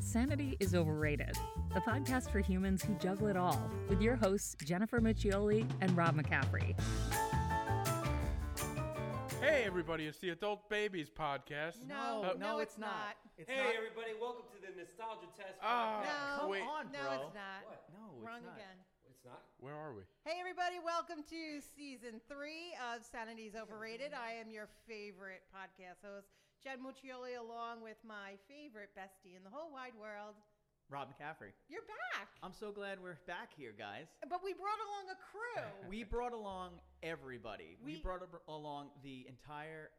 Sanity is Overrated, the podcast for humans who juggle it all, with your hosts, Jennifer Muccioli and Rob McCaffrey. Hey, everybody, it's the Adult Babies Podcast. No, Uh, no, it's not. Oh, It's Hey not- Oh. everybody, welcome to the Nostalgia Test. Ah. podcast. No, Come wait. on, No, bro. it's not. What? No, it's Wrong not. again. It's not. Where are we? Hey, everybody, welcome to season three of Sanity's Overrated. I am your favorite podcast host, Jen Muccioli, along with my favorite bestie in the whole wide world. Rob McCaffrey. You're back. I'm so glad we're back here, guys. But we brought along a crew. We brought along everybody. We, We- brought ab- along the entire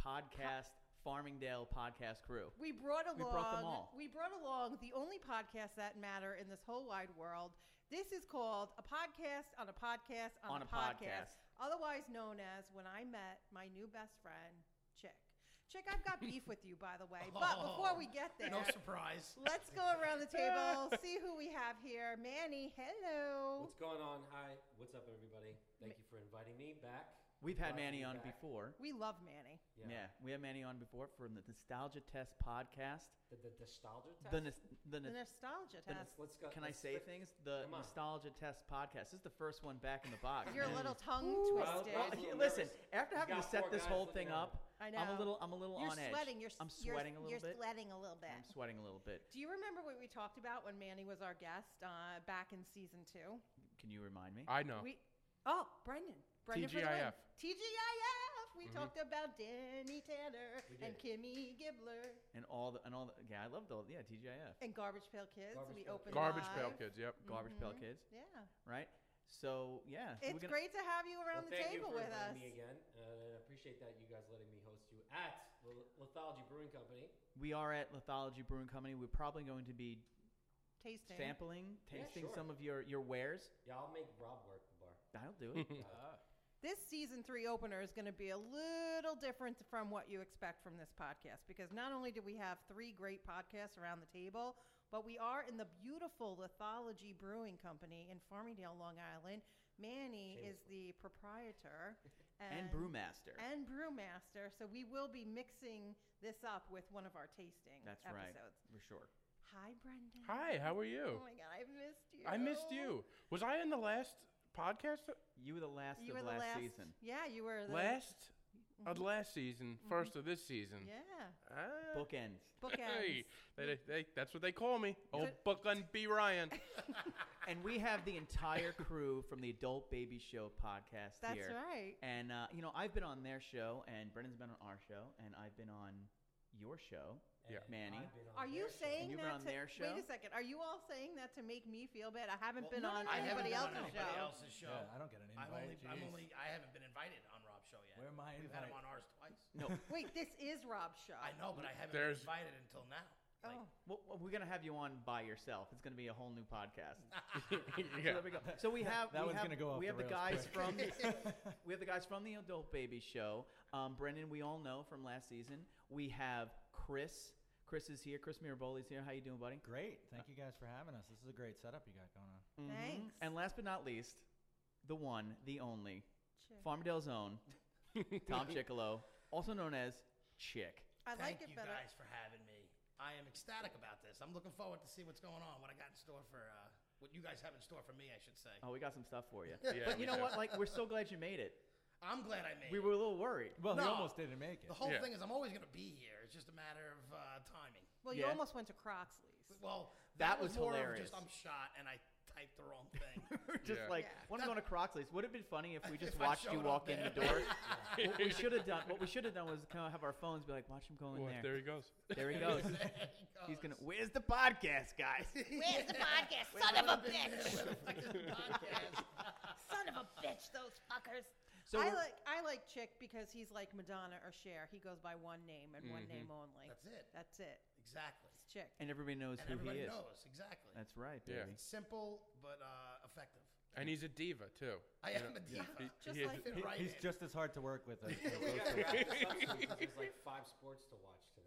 podcast, Farmingdale podcast crew. We brought along. We brought them all. we brought along the only podcast that matter in this whole wide world. This is called a podcast on a podcast on, On a, a podcast, podcast. otherwise known as when I met my new best friend, Chick. Chick, I've got beef with you, by the way. But before we get there, No surprise. let's go around the table, see who we have here. Manny, hello. What's going on? Hi, what's up, everybody? Thank you for inviting me back. We've had Glad to Manny be on back. before. We love Manny. Yeah. we had Manny on before from the Nostalgia Test podcast. The, the nostalgia test. The, nos- the, The nos- nostalgia test. Let's go. can I let's- say let's- things? The Come on. Nostalgia Test podcast. This is the first one back in the box. Your man. little tongue Well, twisted. well, Okay, listen, after He's having to got set four this guys whole thing looking at him. up, I I'm know. a little, I'm a little you're on edge. sweating. You're, I'm sweating you're, a little you're bit. sweating a little bit. I'm sweating a little bit. Do you remember what we talked about when Manny was our guest uh, back in season two? Can you remind me? I know. We oh Brendan, Brendan for the win. TGIF. TGIF. Mm-hmm. We talked about Danny Tanner and did. Kimmy Gibbler and all the and all the yeah, I loved all yeah TGIF and Garbage Pail Kids. Garbage we Pail opened Garbage live. Pail Kids, yep. Garbage Pail Kids, Yeah, right? So yeah, so we're Mm-hmm. it's gonna- great to have you Well, around the thank you table for with inviting us. Me again, uh, and I appreciate that you guys letting me host you at L- Lithology Brewing Company. We are at Lithology Brewing Company. We're probably going to be Tasting. sampling, tasting sure. some of your your wares. Yeah, I'll make Rob work the bar. I'll do it. This season three opener is going to be a little different from what you expect from this podcast because not only do we have three great podcasts around the table, but we are in the beautiful Lithology Brewing Company in Farmingdale, Long Island. Manny is the proprietor and brewmaster. and brewmaster, so we will be mixing this up with one of our tasting That's episodes. right, for sure. Hi, Brendan. Hi, how are Oh you? my God, I missed you. I missed you. Was I in the last podcast? You were the last You of were the last last, season. Yeah, you were the Last? Of last season, first of this season. Yeah, Ah. Bookends. bookends. Hey, they, they, that's what they call me. So- Old Buckland B. Ryan. And we have the entire crew from the Adult Baby Show podcast That's here. right. And uh, you know, I've been on their show, and Brendan's been on our show, and I've been on your show, Yeah. Manny. I've been on Are you their show. saying You've that been on to, their show? Wait a second. Are you all saying that to make me feel bad? I haven't Well, been no, no, on no, I haven't anybody been on else's show. anybody else's show. Yeah, I don't get an I've invite, only, I'm jeez. only, I haven't been invited on Rob's show yet. Where am I We've had him invited? on ours twice. No, Wait, this is Rob's show. I know, but I haven't There's- been invited until now. Like, Oh, Well, well, we're gonna have you on by yourself. It's gonna be a whole new podcast. So yeah. there we go. So we have That we one's have, gonna go off We the have the, rails guys from we have the guys from the Adult Baby Show. Um, Brendan, we all know from last season. We have Chris. Chris is here. Chris Miraboli's here. How you doing, buddy? Great. Thank you guys for having us. This is a great setup you got going on. thanks. Mm-hmm. And last but not least, the one, the only, Chick. Farmdale's own, Tom Chicolo, also known as Chick. I thank like it you better. guys for having me. I am ecstatic about this. I'm looking forward to see what's going on, what I got in store for, uh, what you guys have in store for me, I should say. Oh, we got some stuff for you. Yeah, but we you know do. what? Like, we're so glad you made it. I'm glad I made We it. were a little worried. Well, he No. almost didn't make it. The whole Yeah. thing is, I'm always going to be here. It's just a matter of uh, timing. well, you Yeah. almost went to Croxley's. Well, That was more of hilarious. Just I'm shot and I typed the wrong thing. just Yeah. like Yeah. when I'm going to Croxley's. Would have been funny if we just If I watched you showed walk up in the door. what we should have done, what we should have done, was kind of have our phones be like, "Watch him go in Well, there. there he goes. There he goes. He's gonna. Where's the podcast, guys? Where's the podcast, son of a bitch? podcast. son of a bitch, those fuckers. So I we're- like I like Chick because he's like Madonna or Cher. He goes by one name and one name only. That's it. That's it. Exactly. It's Chick. and everybody knows And who he everybody is. knows exactly. That's right, Yeah. baby. It's simple but uh, effective. And he's a diva, too. I am a diva. Just Yeah. like Fit He- right he's in. just as hard to work with. As, We gotta wrap this up soon 'cause There's like five sports to watch tonight.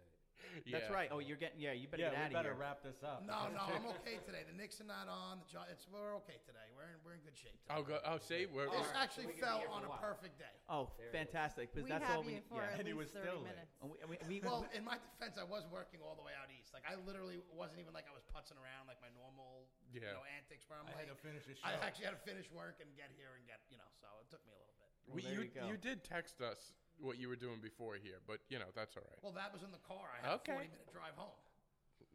That's Yeah. right. Oh, you're getting. Yeah, you better yeah, get out we of better here. wrap this up. No, no, I'm okay today. The Knicks are not on. The Gi- it's we're okay today. We're in, we're in good shape. Today. I'll Oh, go. I'll see. We're, This we're- actually We're gonna be fell here for on a a while. perfect day. Oh, There it is. fantastic! Because we that's have all you we need. for yeah. at And he least was 30 still late. minutes. And we- and we- we- Well, in my defense, I was working all the way out east. Like I literally wasn't even like I was putzing around like my normal, Yeah. you know, antics. Where I'm I like, had to finish this I show. actually had to finish work and get here and get you know. So it took me a little bit. Well, we- there you, you go. you did text us what you were doing before here, but you know that's all right. Well, that was in the car. I had Okay. a 40 minute drive home.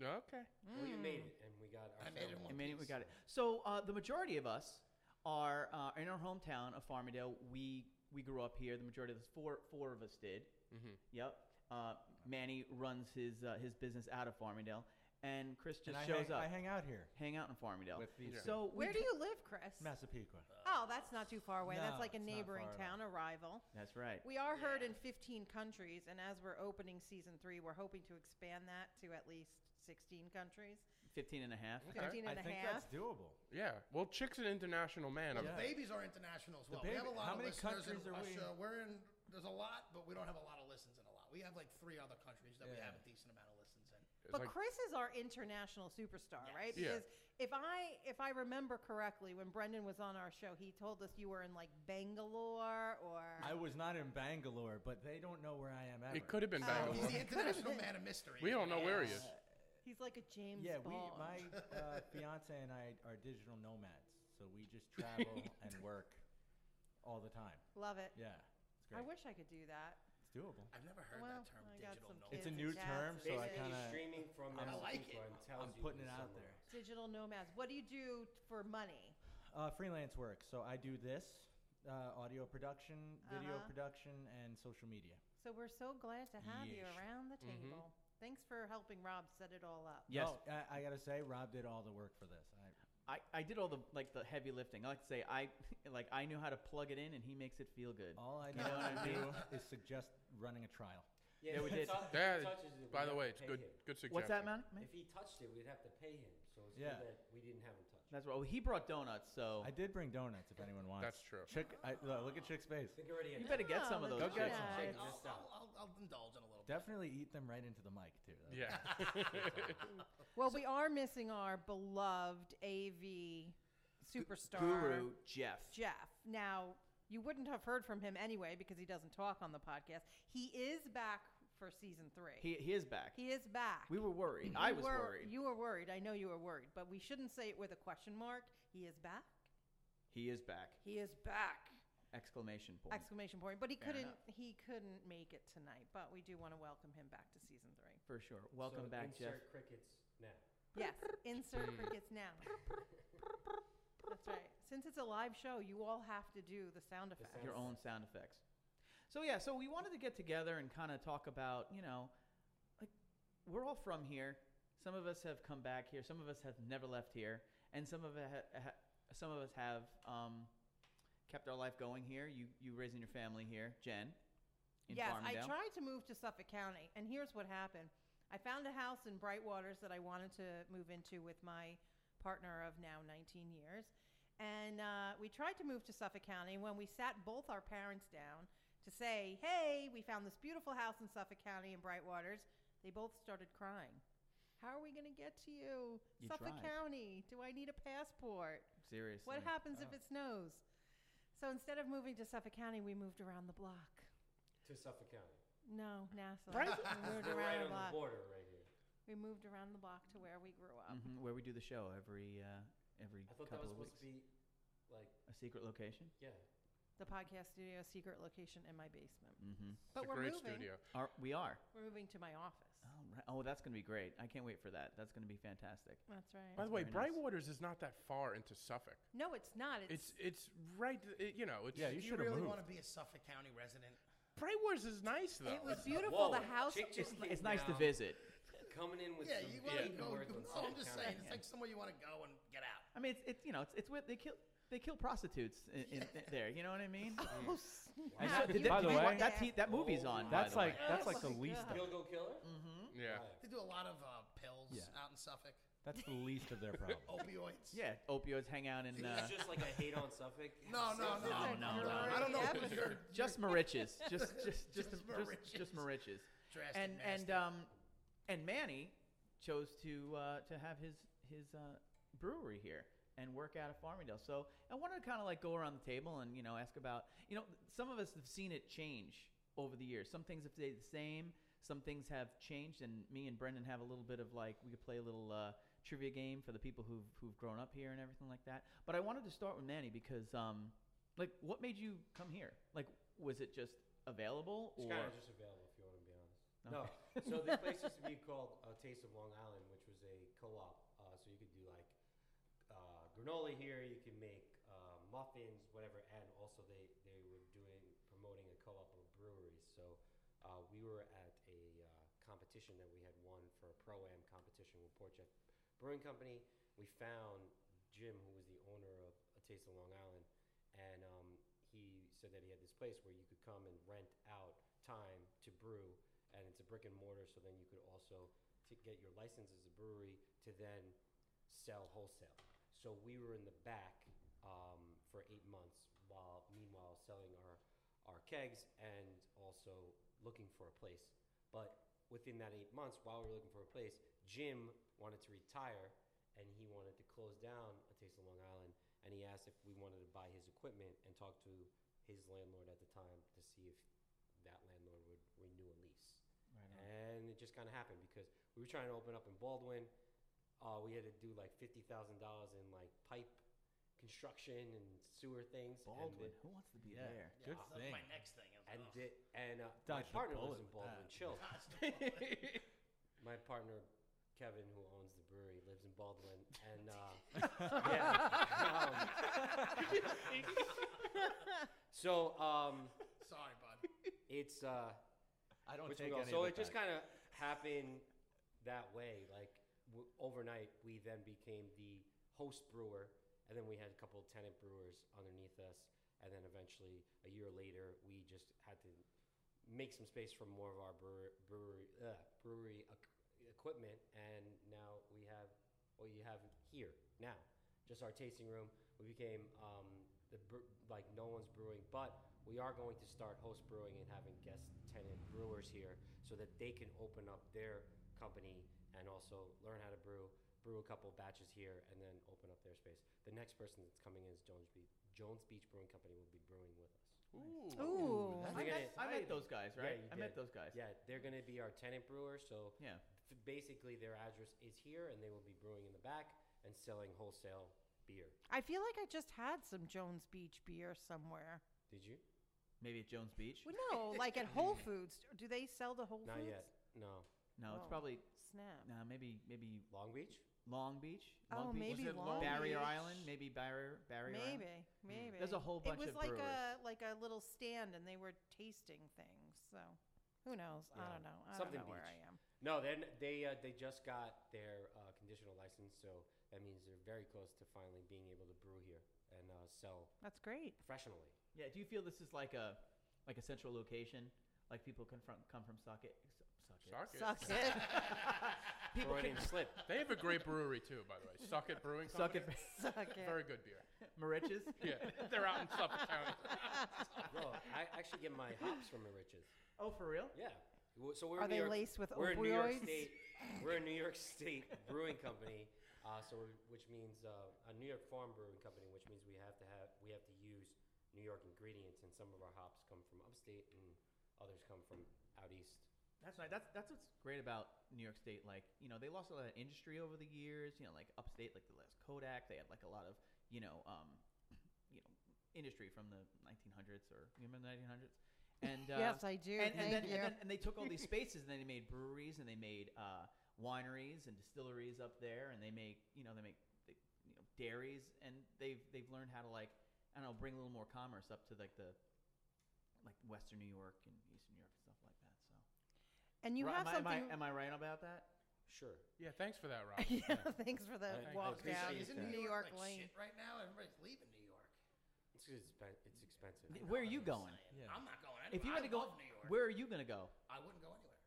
okay. Well, you Hmm. made it, and we got our I made it in sound. one I mean, we piece. got it. So uh, the majority of us are uh, in our hometown of Farmingdale. We we grew up here. The majority of us, four four of us did. Mm-hmm. Mhm. Yep. Uh, Manny runs his uh, his business out of Farmingdale, and Chris just And I shows hang, up, I hang out here hang out in Farmingdale. with these. Yeah. So So we Where do you live, Chris? Massapequa. Oh, that's not too far away. No, that's like a it's not neighboring far at town, a rival. That's right. We are heard Yeah. in 15 countries, and as we're opening season three, we're hoping to expand that to at least 16 countries. 15 and a half. Okay. 15 and I a think half. that's doable. Yeah. Well, Chick's an international man. I'm- Well, the Yeah. babies are international as The well. we have baby- a lot how of many listeners in countries are we Russia. in? We? are in. There's a lot, but we don't have a lot of listens in a lot. We have like three other countries that we Yeah. have a decent amount of listens in. it's But like- Chris is our international superstar, right? Yeah. Because if I if I remember correctly, when Brendan was on our show, he told us you were in like Bangalore or I was not in Bangalore, but they don't know where I am ever. it could have been Oh. Bangalore. He's the Could've international been. man of mystery. We don't know where he Uh, is. he's like a James yeah, we, Bond. my uh, fiance and I are digital nomads, so we just travel and work all the time. Love it. Yeah, it's I great. wish I could do that. it's doable. I've never heard Well, that term. I got Digital some nomad. It's a kids new and term, cats so I and Basically, kind of streaming from I'm- I Massapequa like it. and tells I'm you putting who's it out somewhere. there. digital nomads. What do you do for money? Uh, freelance work. So I do this, uh, audio production, video Uh-huh. production, and social media. So we're so glad to have you Yeesh. around the Mm-hmm. Mhm. table. Thanks for helping Rob set it all up. Yes. Oh, I, I gotta say, Rob did all the work for this. I, I, I did all the like the heavy lifting. I like to say I like I knew how to plug it in, and he makes it feel good. all I You know what I do mean? is suggest running a trial. Yeah, we if he did. tou- if he Yeah, touches it, we'd By the have way, to it's pay good. him. Good suggestion. What's that, man? If he touched it, we'd have to pay him. So it's Yeah. good that we didn't have him touch. it. That's right. Well, he brought donuts, so I did bring donuts if anyone wants. That's true. Chick, I, look, look at Chick's face. I think already you had better get Oh, some of the those. Go get Jason. donuts. Jake I'll, missed out. I'll, I'll, I'll indulge in a little bit. Definitely eat them right into the mic too. though. Yeah. Well, we are missing our beloved AV superstar Guru Jeff. Jeff. Now, you wouldn't have heard from him anyway because he doesn't talk on the podcast. He is back for season three. He, he is back. He is back. we were worried. I You was were- worried. You were worried. I know you were worried, but we shouldn't say it with a question mark. He is back. He is back! He is back. Exclamation point. Exclamation point. But he Fair couldn't enough. he couldn't make it tonight, but we do want to welcome him back to season 3. For sure. Welcome so back, insert Jeff. crickets now. Yes, insert crickets now. That's right. Since it's a live show, you all have to do the sound The effects. sound Your own sound effects. So yeah, so we wanted to get together and kind of talk about, you know, like we're all from here. Some of us have come back here. Some of us have never left here, and some of ha- ha- some of us have um, kept our life going here. You you raising your family here, Jen. In yes, I Farmingdale. tried to move to Suffolk County, and here's what happened. I found a house in Bright Waters that I wanted to move into with my partner of now 19 years. And uh, we tried to move to Suffolk County. When we sat both our parents down to say, hey, we found this beautiful house in Suffolk County in Bright Waters, they both started crying. How are we going to get to you? You Suffolk tried. County. Do I need a passport? Seriously. What happens uh, if Oh. it snows? So instead of moving to Suffolk County, we moved around the block. to Suffolk County. No, Nassau. Right? We moved We're around right the on the block. border right here. we moved around the block to where we grew up. Mhm, where we do the show every uh, every I thought that couple of was supposed weeks. to be like a secret location. yeah. The podcast studio, secret location in my basement. Mm-hmm. But It's a we're great moving. studio. Are, we are. We're moving to my office. Oh, right. oh, that's gonna be great. I can't wait for that. That's gonna be fantastic. That's right. By That's the way, very nice. Brightwaters is not that far into Suffolk. no, it's not. It's, It's it's right. It, you know. It's, Yeah, Do you you should have really want moved. to be a Suffolk County resident? Brightwaters is nice though. it was It's- beautiful. Whoa, the house. Chick just came It's nice to down, visit. Coming in with yeah, some you want big to go. words on No, I'm Suffolk just County. saying, it's like somewhere you want to go and get out. I mean, it's, it's you know, it's, it's with they kill they kill prostitutes in, in th- there. You know what I mean? Oh, I snap. know- You did- went By did the you- way- that's he, that Oh movie's on. my by That's the way. like that's Oh like the my least. God. Kill go killer. Mm. yeah. Right. They do a lot of uh, pills Yeah. out in Suffolk, That's the least of their problems. opioids. yeah, opioids hang out in uh, It's just like a hate on Suffolk. No, no, no, No, no, no. I don't know. Yeah, what but- your just Mariches, just just just Just just just, just Mariches. Mariches. drastic And and nasty- um, and Manny chose to uh, to have his his uh, brewery here and work out of Farmingdale. So I wanted to kind of like go around the table and you know ask about you know some of us have seen it change over the years. Some things have stayed the same. Some things have changed, and me and Brendan have a little bit of like we could play a little uh, trivia game for the people who've who've grown up here and everything like that. But I wanted to start with Manny because um, like what made you come here? Like was it just available It's or kind of just available if you want to be honest. No. No. so this place used to be called uh, Taste of Long Island, which was a co-op. Uh, so you could do like uh, granola here. You can make uh, muffins, whatever. And also they they were doing promoting a co-op of breweries. So uh, we were at a uh, competition that we had won for a pro am competition with Port Jeff Brewing Company. We found Jim, who was the owner of a Taste of Long Island, and um, he said that he had this place where you could come and rent out time to brew, and it's a brick and mortar. So then you could also to get your license as a brewery to then sell wholesale. So we were in the back um, for eight months, while meanwhile selling our our kegs and also looking for a place. But within that eight months, while we were looking for a place, Jim wanted to retire and he wanted to close down a Taste of Long Island. And he asked if we wanted to buy his equipment and talk to his landlord at the time to see if that landlord would renew a lease. And it just kind of happened because we were trying to open up in Baldwin. Uh, we had to do like fifty thousand dollars in like pipe construction and sewer things. and Baldwin? it- Who wants to be Yeah. there? Yeah, Good that was my thing. next thing. I was and like, did, and uh, my Dodged a partner was bullet in with Baldwin that. Chill. "Ah, it's the bullet." my partner Kevin, who owns the brewery, lives in Baldwin, and uh, yeah. um, so um, Sorry, bud. it's uh, I don't which we take go- any so of it just back. kind of happened that way. Like w- overnight, we then became the host brewer, and then we had a couple of tenant brewers underneath us, and then eventually, a year later, we just had to make some space for more of our brewer- brewery uh, brewery ec- equipment, and now we have what you have here now, just our tasting room. We became um, the br- like no one's brewing, but we are going to start host brewing and having guest tenant brewers here so that they can open up their company and also learn how to brew, brew a couple batches here, and then open up their space. The next person that's coming in is Jones Beach. Jones Beach Brewing Company will be brewing with us. Ooh. Ooh. that's- I met, I They're met exciting. those guys, right? you I met did. those guys. Yeah, they're going to be our tenant brewer, so Yeah. f- basically their address is here, and they will be brewing in the back and selling wholesale beer. I feel like I just had some Jones Beach beer somewhere. Did you? Maybe at Jones Beach. Well, no, like at Whole Foods. Do they sell the Whole Not Foods? yet. No. No, it's Oh. probably Snap. no, maybe maybe Long Beach? Long Beach. Oh, Long Beach? maybe Was it Long Barrier Beach. Island. Maybe Barrier Barrier Island. Maybe, maybe. There's a whole bunch It was of like brewers. a like a little stand, and they were tasting things. So, who knows? I Yeah. don't know. I Something don't know where beach. I am. No, then they uh, they just got their uh, conditional license, so that means they're very close to finally being able to brew here and uh, sell That's great. professionally. Yeah. Do you feel this is like a like a central location? Like people can from come from Socket. Socket. Suck it. Sucks it. People can Freudian slip. They have a great brewery too, by the way. Suck it Brewing Suck Company. it. Suck it. Very good beer. Mariches. Yeah, they're out in Suffolk County. No, I actually get my hops from the riches. Oh, for real? Yeah. W- So we're Are in New they York- laced with we're a New York opioids? State. We're a New York State brewing company, uh, so we, which means uh, a New York farm brewing company, which means we have to have we have to use New York ingredients, and some of our hops come from upstate, and others come from out east. That's right. That's that's what's great about New York State. Like you know, they lost a lot of industry over the years. You know, like upstate, like the last Kodak, they had like a lot of you know, um, you know, industry from the 1900s or you remember the 1900s. And uh, yes, I do. and, and, Thank then, you. and then and they took all these spaces and then they made breweries and they made uh, wineries and distilleries up there and they make you know they make they, you know dairies and they've they've learned how to like I don't know bring a little more commerce up to like the like Western New York and Eastern New York and stuff like that. So and you Ri- have am, I, something. am, I, am I right about that? Sure. Yeah, thanks for that, Rob. yeah, thanks for the I- I walk appreciate down it. Isn't New New York York like Lane. shit right now? Everybody's leaving New York. It's, expen- it's expensive. Th- Where are you I'm going? just saying. Yeah. I'm not going anywhere. If you I had to go, love New York. where are you going to go? I wouldn't go anywhere.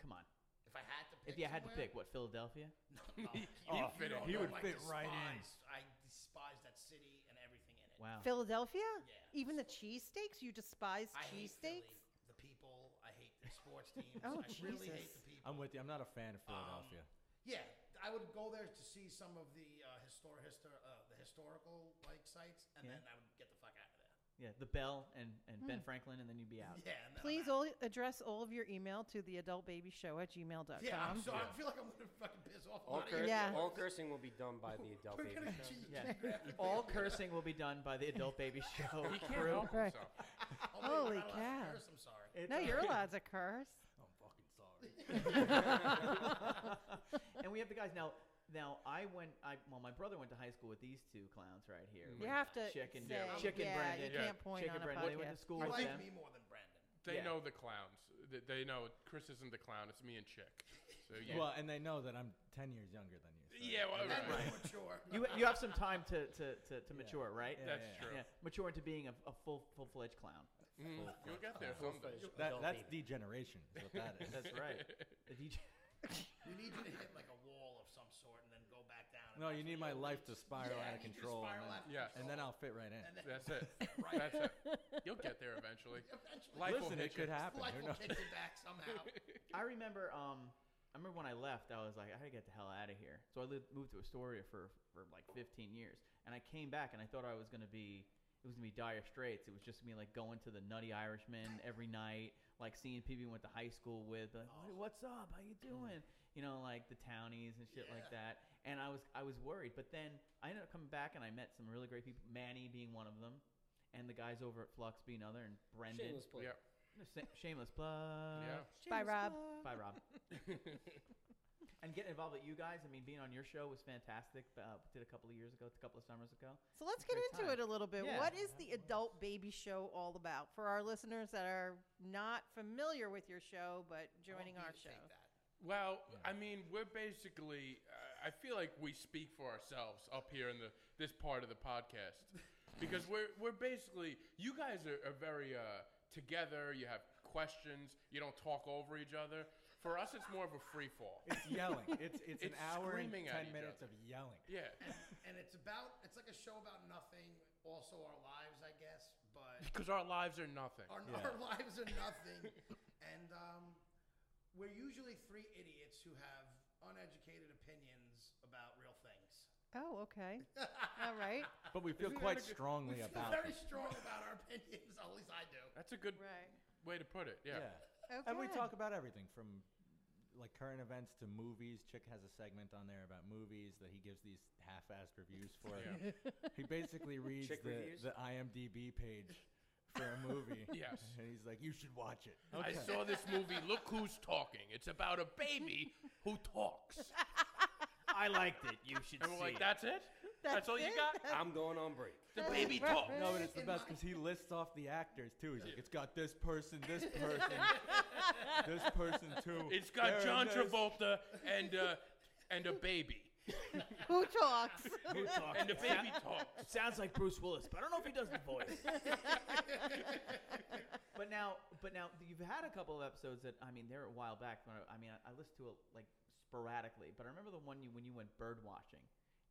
Come on. If I had to pick If you had to pick, somewhere- what Philadelphia? No, no. You- Oh, you fit in. don't He know, would I fit right in. despise- I despise that city and everything in it. Wow. Philadelphia? Yeah. Even the cheesesteaks? You despise I hate cheesesteaks? Philly, the people. I hate the sports teams. Oh, I really hate Jesus. the people. people. I'm with you. I'm not a fan of Philadelphia. Yeah, I would go there to see some of the uh, histor- histor- uh, the historical like sites, and Yeah. then I would get the fuck out of there. Yeah, the bell and, and Hmm. Ben Franklin, and then you'd be out. Yeah. And then I'm Please out. all, address all of your email to the adultbabyshow at gmail.com. Yeah, I'm so, I Yeah. feel like I'm gonna fucking piss off. a All, lot of curs- Yeah. all cursing will be done by the adult We're baby. gonna show. change Yeah. geographically All over. cursing will be done by the Adult Baby Show He can't crew. help Right. himself. Oh, wait, Holy we're not allowed to cow. curse, I'm sorry. It's No, all you're right. allowed to curse. I'm fucking sorry. and we have the guys now. Now I went. I well, my brother went to high school with these two clowns right here. You with have to Chick and- say, yeah, Chick and yeah, Brandon. you Yeah. can't point Chick on and a Brandon. They went to podcast. school You with like them. me more than Brandon. They Yeah. know the clowns. Th- They know Chris isn't the clown. It's me and Chick. So yeah. Well, and they know that I'm 10 years younger than you. so- yeah. Well, And right. more mature. You you have some time to to, to, to mature, right? Yeah, That's yeah, true. Yeah, mature into being a, a full full fledged clown. Mhm. You'll get there Full someday. fledged That, adult that's baby. degeneration. Is what that is. That's right. The DJ. We need you to hit like a wall of some sort and then go back down. and No, that's you when need my you'll life reach- to spiral Yeah, out of you need to control, and spiral then, out of Yeah. control. and then I'll fit right in. And then That's it. Right. That's it. You'll get there eventually. eventually Life will Listen, hit it could you. happen. life Who will knows? kick you back somehow. I remember. Um, I remember when I left, I was like, I gotta get the hell out of here. So I lived, moved to Astoria for for like 15 years, and I came back and I thought I was gonna be. It was gonna be dire straits. It was just me like going to the Nutty Irishman every night, like seeing people you went to high school with, like, Oh. "What- what's up? How you doing? You know, like the townies and shit like that. And I was I was worried, but then I ended up coming back and I met some really great people. Manny being one of them, and the guys over at Flux being another, and Brendan. Shameless plug. Yeah. Sa- Shameless plug. Yeah. Bye, Rob. Bye, Rob. and getting involved with you guys, I mean, being on your show was fantastic. Uh, did a couple of years ago, a couple of summers ago. So let's Great get into time. it a little bit. Yeah. What is the adult baby show all about for our listeners that are not familiar with your show but joining Won't our show? be to take that. Well, I mean, we're basically. Uh, I feel like we speak for ourselves up here in the this part of the podcast, because we're we're basically. You guys are, are very uh, together. You have questions. You don't talk over each other. For us, it's more of a free fall. It's yelling. It's it's an It's hour and screaming at 10 each minutes other. of yelling. Yeah. And it's about it's like a show about nothing. Also, our lives, I guess, but Because our lives are nothing. our, Yeah. our lives are nothing. and um, we're usually three idiots who have uneducated opinions about real things. Oh, okay. all right. But we feel Isn't that quite a good- strongly We feel about very it. strong about our opinions. At least I do. That's a good Right. way to put it. Yeah. Yeah. Okay. And we talk about everything from like current events to movies. Chick has a segment on there about movies that he gives these half-assed reviews for. he basically reads Chick the, reviews? the IMDb page for a movie. Yes. And he's like, you should watch it. I saw this movie. Look who's talking. It's about a baby who talks. I liked it. You should And we're like, that's it? That's, all you it? got? I'm going on break. The baby talks. No, but it's the best because he lists off the actors too. He's like, it's got this person, this person, this person too. It's got They're John in this." Travolta and uh, and a baby. Who talks? And the baby talks. Sounds like Bruce Willis, but I don't know if he does the voice. but now, but now you've had a couple of episodes that I mean, they're a while back. When I, I mean, I, I listened to it like sporadically, but I remember the one you when you went bird watching,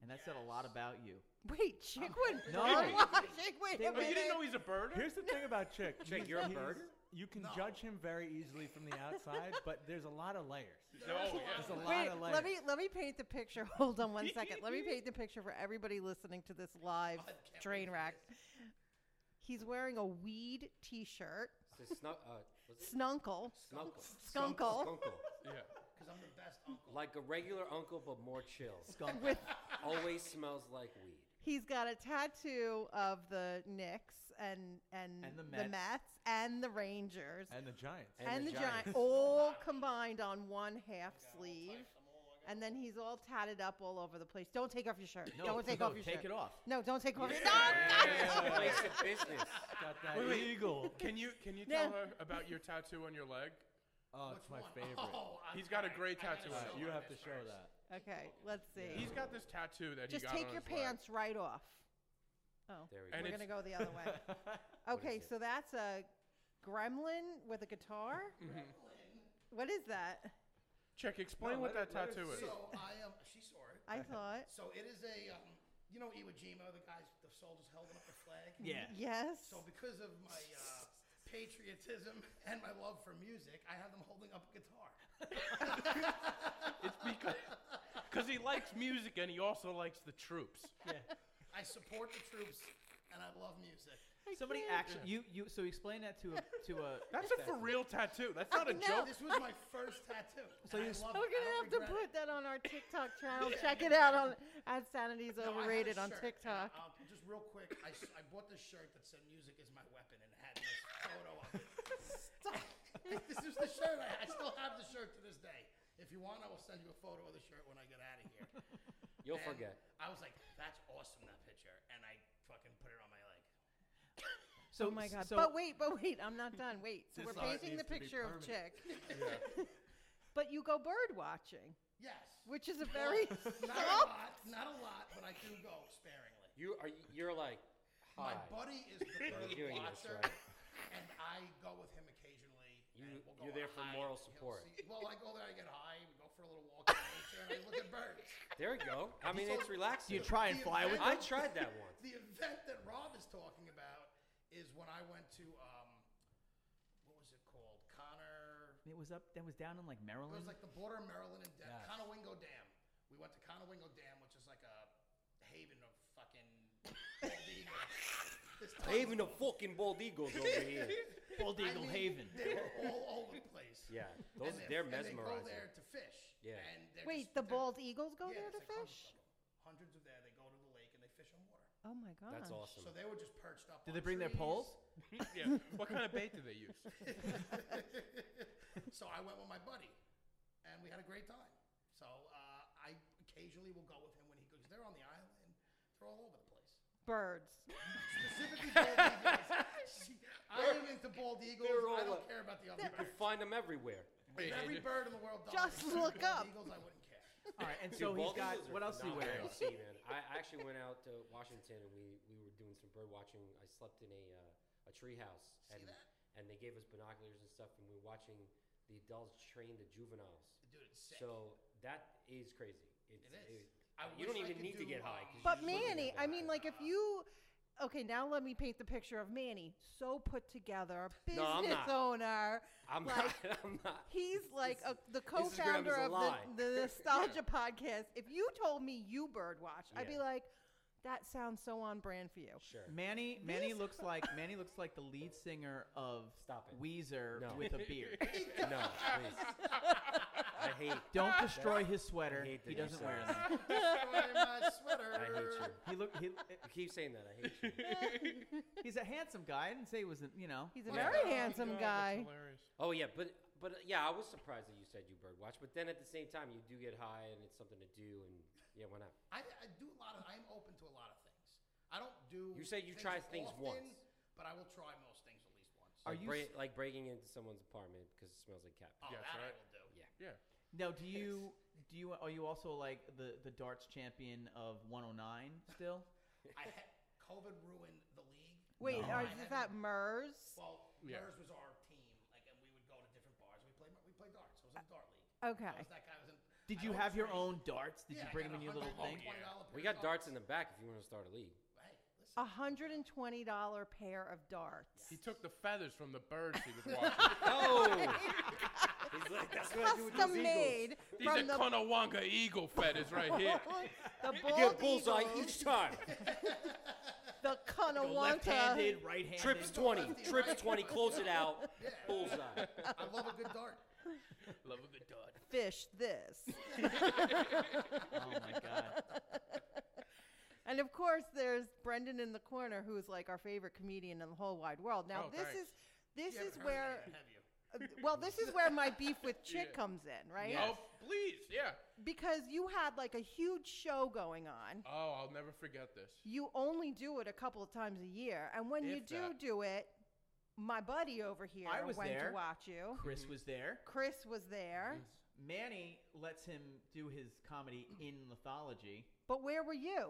and that said a lot about you. Wait, Chick went No. bird watching. Wait a They- But you minute. didn't know he's a birder? Here's the thing about Chick. Chick, He's- you're a he's- birder? You can No. judge him very easily from the outside, but there's a lot of layers. Oh, There's a yeah. lot Wait, of layers. let me let me paint the picture. Hold on one second. Let me paint the picture for everybody listening to this live I can't train wait for wreck. He's wearing a weed T-shirt, It's a snu- uh, what's it? snunkle, Snunkle. skunkle, Skunkle. yeah. Because I'm the best uncle. Like a regular uncle, but more chill. Skunk. with Always smells like weed. He's got a tattoo of the Knicks and and, And the the Mets. Mets and the Rangers And the Giants. And and the the Giants Giants. all combined on one half sleeve. And then he's all tatted up all over the place. Don't take off your shirt. No, don't take no, off your take shirt. it off. No, don't take off. your Place of business. Got that Wait, wait. eagle. Can you can you tell Yeah. her about your tattoo on your leg? Oh, Which it's my one? favorite. Oh, I'm He's got a sorry. great I gotta tattoo All on him. right, show you her have to this show first. that. Okay, let's see. He's got this tattoo that he Just got take on your his leg. pants right off. Oh, There we And go. we're it's- gonna go the other way. What Okay, is it? so that's a gremlin with a guitar. What is that? Check. Explain No, what that let her- let her tattoo is. So I am. she saw it. I thought. So it is a. Um, you know Iwo Jima, the guys, the soldiers holding up the flag. Yeah. Yes. So because of my uh, patriotism and my love for music, I have them holding up a guitar. It's because cause he likes music and he also likes the troops. I support the troops and I love music. Somebody actually you you so explain that to a to a That's a spectator. for real tattoo. That's not a know. joke. This was my first tattoo. So and you I sp- love We're gonna it. I don't have to regret put it. that on our TikTok channel. Check it out on at Sanity's No, I had a Overrated on shirt, and TikTok. I'll- just real quick, I, s- I bought this shirt that said "Music is my weapon" and it had this photo of it. this is the shirt. I, I still have the shirt to this day. If you want, I will send you a photo of the shirt when I get out of here. You'll And forget. I was like, "That's awesome, that picture," and I fucking put it on my leg. Oh so my god! So but wait, but wait, I'm not done. Wait, so This we're art basing the needs to be picture of Chick. permanent. but you go bird watching, Yes. which is a very not a lot, not a lot, but I do go sparingly. You are y- you're like high. My buddy is the bird doing this, watcher, right? and I go with him occasionally. and You- we'll go you're on a there for hike, moral he'll support. see- well, I go there, I get high, we go for a little walk in nature, and I look at birds. There you go. I mean, it's you relaxing. try and The fly with event- I tried that once. The event that Rob is talking about is when I went to um, what was it called? Connor. it was up that was down in like It Maryland. was like the border of Maryland and da- Yes. Conowingo Dam. We went to Conowingo Dam, which is like a haven of fucking bald eagles. This ton Even the fucking bald eagles over here. Bald I Eagle mean, Haven. They were all over the place. Yeah, those And they're and mesmerizing. They go there to fish. Yeah. And they're wait. just- The they're- bald eagles go yeah, there there's to like oh, hundreds fish. of them. Hundreds of there. They go to the lake and they fish on water. Oh my god! That's awesome. So they were just perched up. Did on they bring their trees. poles? yeah. What kind of bait do they use? so I went with my buddy, and we had a great time. So uh, I occasionally will go with him when he goes. They're on the island. They're all over the place. Birds. Specifically bald eagles. I am into bald eagles. they're all I don't up. care about the You other can birds. find them everywhere. If every bird in the world died, Just except look bald up. Eagles, I wouldn't care. All right, and Dude, so he's bald got eagles are what else do you wear? phenomenal to see, man. I I actually went out to Washington and we, we were doing some bird watching. I slept in a uh, a tree house See and that? and they gave us binoculars and stuff and we were watching the adults train the juveniles. Dude, it's sick. So that is crazy. It's, It is. it- I you don't wish even I could need to do, get high. um, But 'cause you're just looking Manny, at I the mean, eye. like if you. Okay, now let me paint the picture of Manny. So put together, a No, I'm business not. owner. I'm like- not. I'm not. He's like a, the Instagram is co-founder a of lie. the, the Nostalgia podcast. If you told me you birdwatch, I'd be Yeah. like, that sounds so on brand for you. Sure. Manny Manny These- looks like Manny looks like the lead singer of Stop it. Weezer No. with a beard. No, please. I hate. Don't destroy his sweater. I hate He that you doesn't said wear that. them. Destroy my sweater. I hate you. He look he, You keep saying that. I hate you. he's a handsome guy. I didn't say he wasn't, you know. He's a Yeah. very Yeah. handsome guy. Oh yeah, but but uh, yeah, I was surprised that you said you birdwatch, but then at the same time you do get high and it's something to do and yeah, why not? I, I do a lot of. I'm open to a lot of things. I don't do. You said you try things often, once. but I will try most things at least once. Are like, you brea- s- like breaking into someone's apartment because it smells like cat? pee. oh, Yeah, that's that I right. will do. Yeah. Yeah. Now, do you do you are you also like the the darts champion of 109 still? I had, COVID ruined the league. Wait, No. are, I is had that to- MERS? Well, Yeah. hers was our team, like, and we would go to different bars. We played we played darts. I was in a dart league. I Okay. was that guy. I was in. Did I you always have your trained. own darts? Did Yeah, you I bring got them in your little $120 thing? pair We of Oh. got darts in the back if you want to start a league. Hey, listen. A hundred and twenty dollar pair of darts. He took the feathers from the birds he was watching. Oh, he's like that's what I do with these Custom eagles. made These from are the Conowanga eagle feathers right here. the You bald get bullseye eagles, each time. the Conawanta. Left-handed, right-handed. Trips go twenty, lefty, right. trips twenty. Close it out. Bullseye. I love a good dart. Love a good dart. Fish this. Oh my god. And of course, there's Brendan in the corner, who's like our favorite comedian in the whole wide world. Now, Oh, this thanks. is this You is haven't heard where, of that, have you? uh, well, this is where my beef with Chick Yeah. comes in, right? Oh, please. Yeah. Because you had like a huge show going on. Oh, I'll never forget this. You only do it a couple of times a year, and when you If do that. do it, my buddy over here I was went there. to watch you. Chris was there. Chris was there, Manny lets him do his comedy in mythology. but where were you?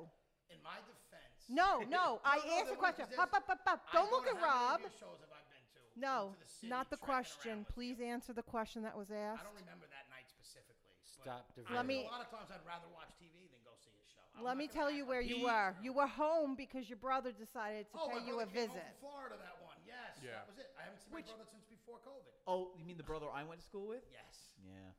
In my defense, No, no, I No, no, asked there a question. was- Hop, hop, hop, hop. I Don't go look to at how Rob. many of your shows have I been to? No, Into the city, not the trekking around question. with Please you. answer the question that was I asked. don't remember that night specifically. but Stop I- diverting. Let me- A lot of times I'd rather watch TV than go see a show. I'm Let not me gonna tell act you like where you he's- were. You were home because your brother decided to Oh, my pay you a brother came home visit. from Florida that one. Yes. Yes, Yeah. that was it. I haven't seen Which- my brother since before COVID. Oh, you mean the brother I went to school with? Yes. Yeah.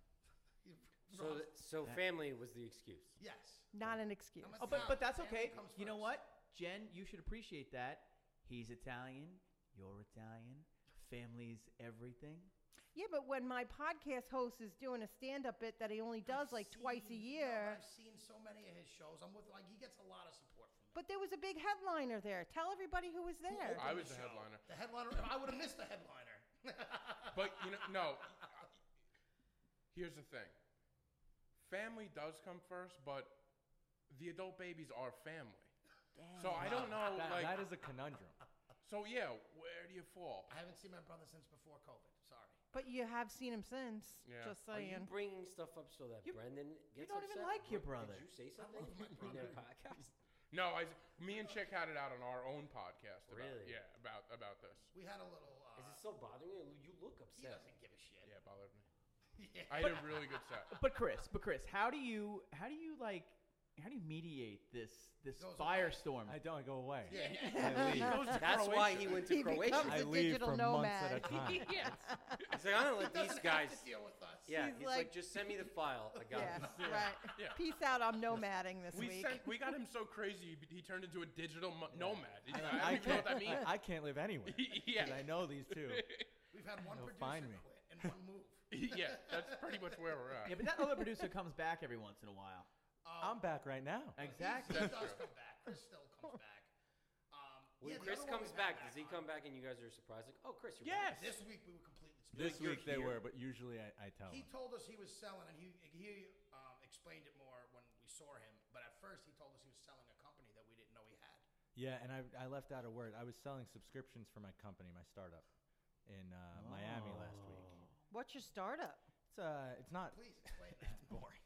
So, th- so That- family was the excuse. yes. Not an excuse. I'm a Oh, but, No, but that's family okay. comes You know first. what? Jen, you should appreciate that. He's Italian. You're Italian. Family's everything. Yeah, but when my podcast host is doing a stand-up bit that he only does I've like twice a seen- no, but year, I've seen so many of his shows. I'm with like he gets a lot of support from me. but there was a big headliner there. Tell everybody who was Who there. opened I was the show? headliner. The headliner. I would have missed the headliner. But you know, no. Here's the thing. Family does come first, but the adult babies are family. So I don't know, That- like, that is a conundrum. so yeah, where do you fall? I haven't seen my brother since before COVID. Sorry. But you have seen him since. Yeah. Just Are you saying. bringing stuff up so that You- Brendan gets don't even upset? like your What- brother. Did you say something love my in brother. their podcast? No, I, me and Chick had it out on our own podcast. About, Really? Yeah, about about this. We had a little. Uh, Is it still bothering you? You look he upset. doesn't give a shit. Yeah, it bothered me. Yeah. I had a really good set. But Chris, but Chris, how do you how do you like how do you mediate this this Goes away. firestorm? I don't. I go away. Yeah. leave. He goes- That's why he went to He becomes- Croatia. I a leave digital for months nomad. at a time. He's like, I don't he let these doesn't guys. have to deal with us. Yeah, He's he's like, like- just send me the file. I got Yes, it. right. Yeah. Peace out. I'm nomading this We week. sent, we got him so crazy he- he turned into a digital mo- nomad. I, And don't I, even know can't, what that means. I, I can't live anywhere. 'cause yeah, I know these two. We've had one He'll producer find me. quit and one move. yeah, that's pretty much where we're at. yeah, but that other producer comes back every once in a while. Um, I'm back right now. but he's- Exactly. He That's does true. come back. Chris still comes back. Um, When yeah, the Chris other one comes we've had back, does he on. come back and you guys are surprised? Like, oh, Chris, you're Yes. back. This week we were completely. This you're week they here. were, but usually I, I tell He them. told us he was selling, and he he um, explained it more when we saw him. But at first, he told us he was selling a company that we didn't know he had. Yeah, and I, I left out a word. I was selling subscriptions for my company, my startup, in uh, Miami last week. What's your startup? It's uh, it's not. Please explain that. it's boring.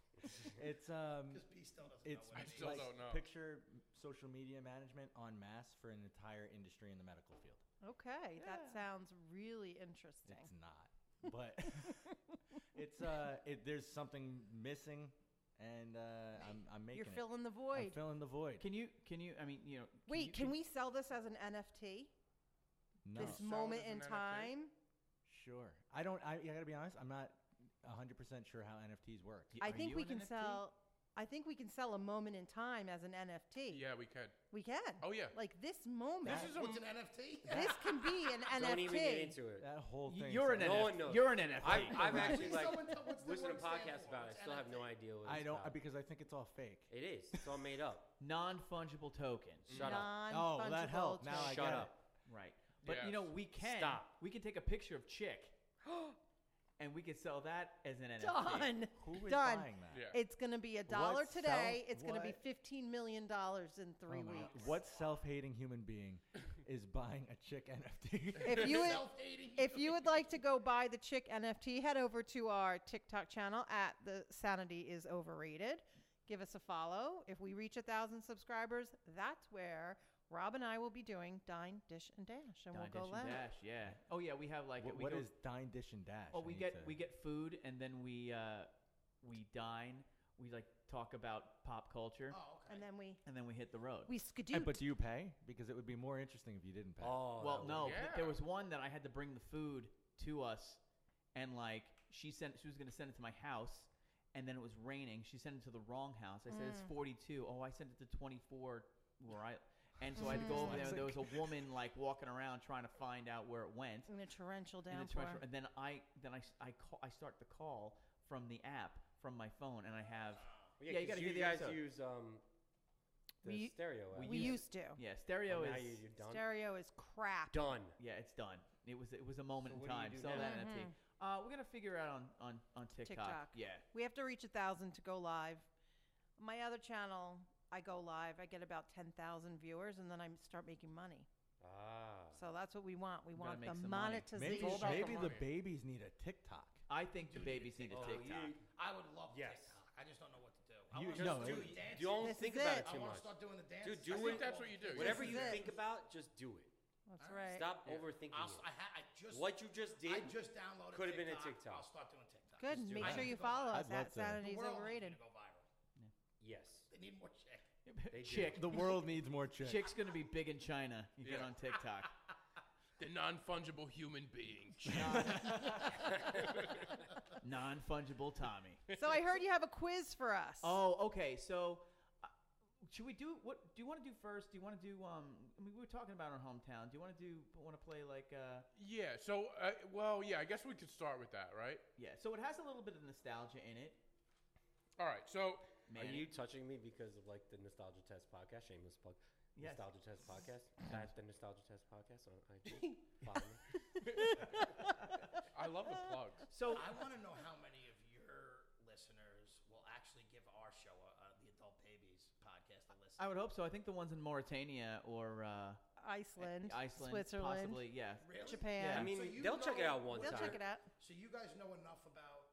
It's um, Because B still doesn't it's know what I it still is. like don't know. picture m- social media management on mass for an entire industry in the medical field. Okay, that sounds really interesting. It's not, but it's uh, it, there's something missing, and uh, I'm I'm making You're it. filling the I'm void. filling the void. Can you can you I mean, you know, Wait, you- can we sell this as an NFT? no, This Sell it moment as in an NFT? time? sure. I don't. I, I gotta be honest. I'm not 100 percent sure how NFTs work. y- I are think you we an can NFT? sell. I think we can sell a moment in time as an NFT. Yeah, we could. We can. Oh yeah. Like this moment. This is a What's an NFT? This can be an NFT. Don't even get into it. That whole Y- thing. You're an sounds- No NFT. one knows. You're an NFT. I've, I've Right. actually Please like someone tell- what's the listened to word stand podcasts for? about it. It's I still have no NFT. idea what I it's don't about. because I think it's all fake. It is. It's all made up. Non-fungible token. Mm. Shut up. Oh, well, Non-fungible that helped. Now I Shut get up. Right. But you know, we can Stop. we can take a picture of Chick and we could sell that as an token. NFT. Done. it. Who is Done. buying that? Yeah. It's going to be a dollar What sell- today. It's going to be what- fifteen million dollars in three Oh my God. weeks. What self-hating human being is buying a chick NFT? If you would, Self-hating if you would like to go buy the chick NFT, head over to our TikTok channel at the Sanity is Overrated. Give us a follow. If we reach a thousand subscribers, that's where Rob and I will be doing Dine, Dish, and Dash, and Dine, we'll Dish, go and live. Dash, yeah. Oh yeah, we have like Wh- we what go, is dine, dish, and dash? Oh, I we need get to- we get food and then we uh, we dine. We like talk about pop culture Oh, okay. And then we and then we hit the road. we Eh, skadoot. But do you pay? Because it would be more interesting if you didn't pay. Oh, well, that no, was- th- there Yeah. was one that I had to bring the food to us, and like she sent, she was gonna send it to my house, and then it was raining. She sent it to the wrong house. I said it's 42. Oh, I sent it to 24 where I, and so I had to go over there. and There was a woman like walking around trying to find out where it went. in a torrential in the downpour. torrential- and then I then I, s- I call, I start the call from the app from my phone, and I have Yeah, Yeah, you 'cause gotta you hear the guys episode. use um, the We- stereo app. we We use- used to. yeah stereo Oh, now is you- you're done. Stereo is crap. Done. yeah it's done. It was it was a moment So in what do you time. do Sell now? that NFT. Uh, we're gonna figure out on on on TikTok. TikTok. Yeah, We have to reach a thousand to go live. My other channel, I go live. I get about ten thousand viewers, and then I start making money. Ah. So that's what we want. We Gotta want the make some money. monetization. Maybe, all about the maybe the money. babies need a TikTok. I think the babies need a Oh, TikTok. you- I would love Yes. TikTok. I just don't know what to do. I You- wanna just start do- doing you dances. Don't This think is about it. it I too want much. to start doing the dance. Dude, do I think it. that's what you do. Whatever is you it. think about, just do it. That's All right. Stop Yeah. overthinking I'll, s- I, it. ha- I just What you just I did. just downloaded. could've been a TikTok. I'll start doing TikTok. Good. Just do Make it. sure you Go viral. follow us I'd love at to. The The Sanity's world needs Overrated. to go viral. Yes. They need more shit. They do. Chick, The world needs more chicks. chick's gonna be big in China. You get Yeah. on TikTok. the non-fungible human being. Non fungible Tommy. So I heard you have a quiz for us. Oh, okay. So, uh, should we do what? Do you want to do first? Do you want to do? Um, I mean, we were talking about our hometown. Do you want to do? Want to play like? Uh, yeah. So, uh, well, yeah. I guess we could start with that, right? yeah. So it has a little bit of nostalgia in it. All right. So, Man, Are you touching me because of like the Nostalgia Test podcast? Shameless plug. Yes. Nostalgia Test podcast. At the Nostalgia Test podcast on IG. Follow me. I love the plugs. So I want to know how many of your listeners will actually give our show, uh, the Adult Babies podcast, a listen. I would hope so. I think the ones in Mauritania or uh, Iceland, Iceland, Switzerland, possibly. Yeah. really? Japan. Yeah. I mean, So you they'll check it know- out one They'll time. check it out. So you guys know enough about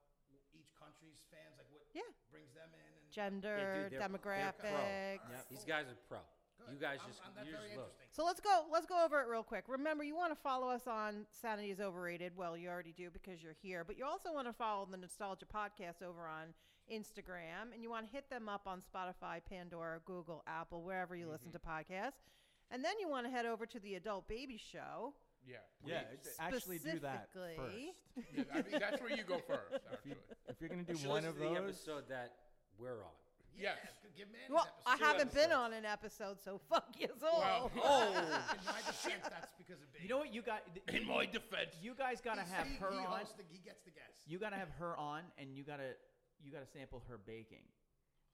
each country's fans, like what Yeah. brings them in, and Gender, they're- they're pro. demographics. Yep. These guys are pro. Good. You guys I'm- just I'm- you that's just very look. interesting. So let's go. Let's go over it real quick. Remember, you want to follow us on Sanity is Overrated. Well, you already do because you're here, but you also want to follow the Nostalgia Podcast over on Instagram, and you want to hit them up on Spotify, Pandora, Google, Apple, wherever you listen to Mm-hmm. podcasts. And then you want to head over to the Adult Baby Show. Yeah. Yeah, actually do that Specifically- first. yeah. I mean, that's where you go first, actually. If you're gonna do You should one listen of to the those, episode that we're on. Yeah, Yes. good. give Manny's Well, I episode. haven't been episodes. on an episode, so fuck you all. Wow. oh. In my defense, that's because of Big. You know what? You got. In my defense, E You guys gotta have he, her he on. hosts The, he gets the guest. You gotta have her on, and you gotta you gotta sample her baking.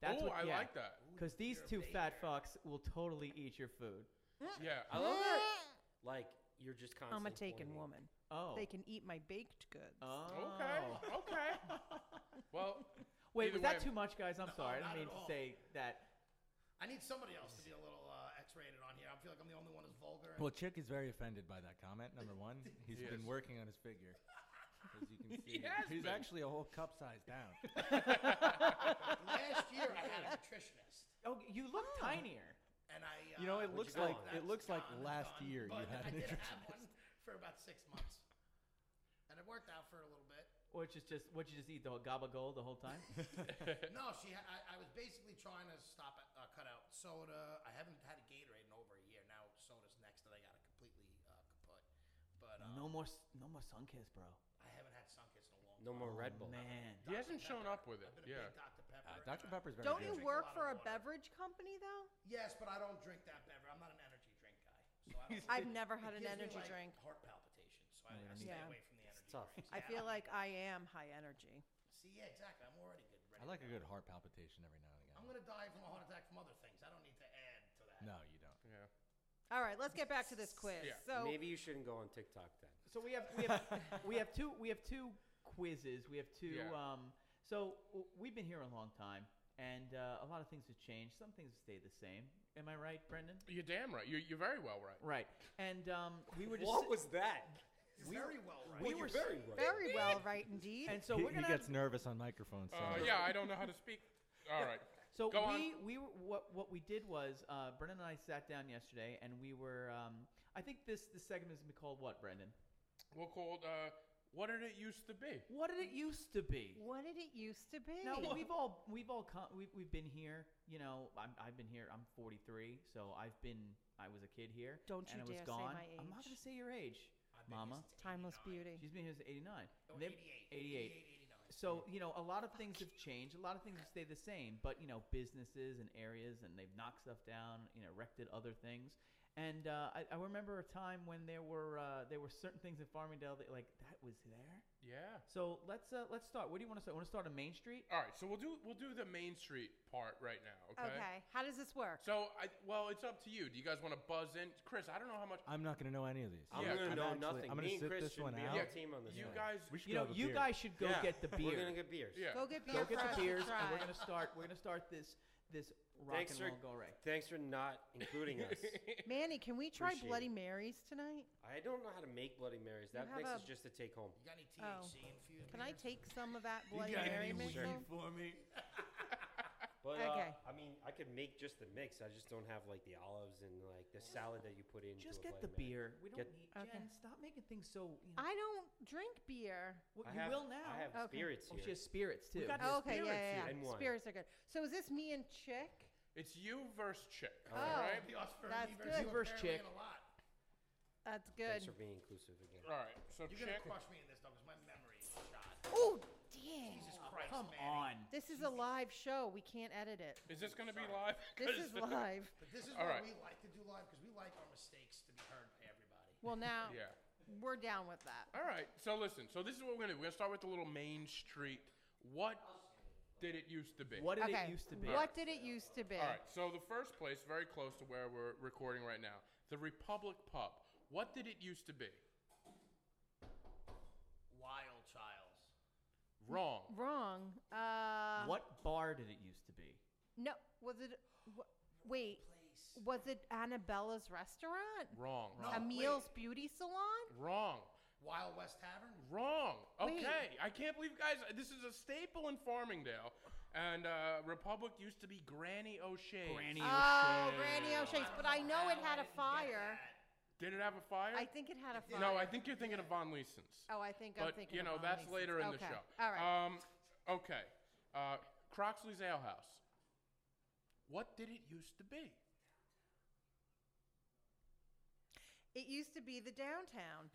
That's Ooh, what I yeah. like that. Because these two fat fucks will totally eat your food. Yeah. I love that. Like you're just constantly. I'm a taken pointing. woman. Oh. They can eat my baked goods. Oh. Okay. Okay. Well, Wait, Either was that way- too much, guys? I'm No, sorry. I not didn't mean at to all. say that. I need somebody else to be a little uh, X-rated on here. I feel like I'm the only one who's vulgar. well, Chick is very offended by that comment. Number one, he's Yes. been working on his figure. As you can He see, has he's been. actually a whole cup size down. Last year, I had a nutritionist, Oh, you look tinier. and I. Uh, You know, it Where'd looks you go like on it that's looks like gone and last done, year you but had I an did interest. have one for about six months, and it worked out for a little bit. Which is just what you just eat the whole gabagool the whole time. No, she. Ha- I, I was basically trying to stop, at, uh, cut out soda. I haven't had a Gatorade in over a year. Now soda's next that I gotta completely uh, kaput. But uh, no more, s- no more sunkiss, bro. I haven't had Sunkist in a long No time. more Red Bull. Oh, Man, he hasn't shown up with it. I've been Yeah. a big Dr Pepper. Uh, and Dr I- Pepper's very Don't good. you drink a work lot for of a water. beverage company though? Yes, but I don't drink that beverage. I'm not an energy drink guy. So I don't I've drink- never it had an gives me, energy like, drink. Heart palpitations, so I, I need stay that. away from the energy tough. drinks. I Yeah, feel like I am high energy. See, yeah, exactly. I'm already good. Ready I to like a go. good heart palpitation every now I'm and again. gonna die from a heart attack from other things. I don't need to add to that. No, you don't. Yeah. All right, let's get back to this quiz. Yeah. So Maybe you shouldn't go on TikTok then. So we have we have we have two we have two quizzes. We have two. Yeah. Um, so w- we've been here a long time, and uh, a lot of things have changed. Some things have stayed the same. Am I right, Brendan? You're damn right. You're, you're very well right. Right. And um, we were just. what sit- was that? You're very well right. we were Well, you're very right. very well, right indeed. and so he, we're he gonna. gets nervous on microphones. Uh, so- yeah, I don't know how to speak. All right. so go we we were, what what we did was uh, Brendan and I sat down yesterday, and we were. Um, I think this this segment is gonna be called what, Brendan? We'll call it. Uh, what did it used to be? What did it used to be? what did it used to be? Now we've all we've all come, we've, we've been here. You know, I'm, I've been here. I'm 43, so I've been I was a kid here. Don't you and I was dare say gone. my I'm not age. gonna say your age, Mama. Timeless beauty. She's been here since '89. Oh, They- 88. 88. 89. So you know, a lot of things have changed. A lot of things have stayed the same, but you know, businesses and areas, and they've knocked stuff down. You know, erected other things. And uh, I, I remember a time when there were uh, there were certain things in Farmingdale that like that was there. Yeah. So let's uh, let's start. What do you want to start? Want to start on Main Street? All right. So we'll do we'll do the Main Street part right now. Okay. Okay. How does this work? So I well, it's up to you. Do you guys want to buzz in, Chris? I don't know how much. I'm not gonna know any of these. I'm Yeah. gonna I'm know actually- nothing. I'm gonna me and sit Chris this should one be on out. the team on this. You one. guys. We should You go know, have a you beer. guys should go Yeah, get the beer. We're gonna get beers. Yeah. Go get beer Go for get us to the beers, and we're try. gonna start. We're gonna start this this rock Thanks and for- roll go right. Thanks for not including us. Manny, can we try Appreciate Bloody it. Marys tonight? I don't know how to make Bloody Marys. You That have makes a- us just to take home. You got any THC Oh. infused? Can I beers? take some of that Bloody Mary mixer? for me? But Okay. uh, I mean, I could make just the mix. I just don't have like the olives and like the salad that you put in. Just get the beer. We don't Get- need Okay. Jen. Stop making things so. You, know, I don't drink beer. Well, I you have, will now. I have Okay. spirits oh, here. she has spirits too. got- Oh, okay, yeah, spirits yeah, here. yeah. And wine. Spirits are good. So is this me and Chick? It's you versus Chick. Oh. All right. Be us for That's me good. versus you Reverse apparently chick. in a lot. That's Thanks good. for being inclusive again. All right, so You're chick. gonna crush me in this though, because my memory is shot. Oh, damn. Jesus Christ, Come Manny. on. This is a live show. We can't edit it. Is this gonna be live? This 'Cause is live. But this is All what right. we like to do live because we like our mistakes to be heard by everybody. Well, now Yeah. we're down with that. All right. So listen. So this is what we're gonna do. We're gonna start with the little main street. What did it used to be? What did okay. it used to be? What did it used to be? All right. So the first place, very close to where we're recording right now, the Republic Pub. What did it used to be? Wild Childs. Wrong. Wrong. Uh, What bar did it used to be? No. Was it? wh- wait. Was it Annabella's restaurant? Wrong. No. Emil's wait. beauty salon? Wrong. Wild West Tavern. Wrong. Wait. Okay. I can't believe you guys. This is a staple in Farmingdale, and uh, Republic used to be Granny O'Shea. Granny Oh, O'Shea. Granny O'Shea's. But I know it had a fire. Did it have a fire? I think it had a fire. no, I think you're thinking of Von Leeson's. Oh, I think I'm but thinking. you of know Von that's Leeson's. later in the Okay. show. All right. Um, okay. Uh, Croxley's Ale House. What did it used to be? it used to be the downtown.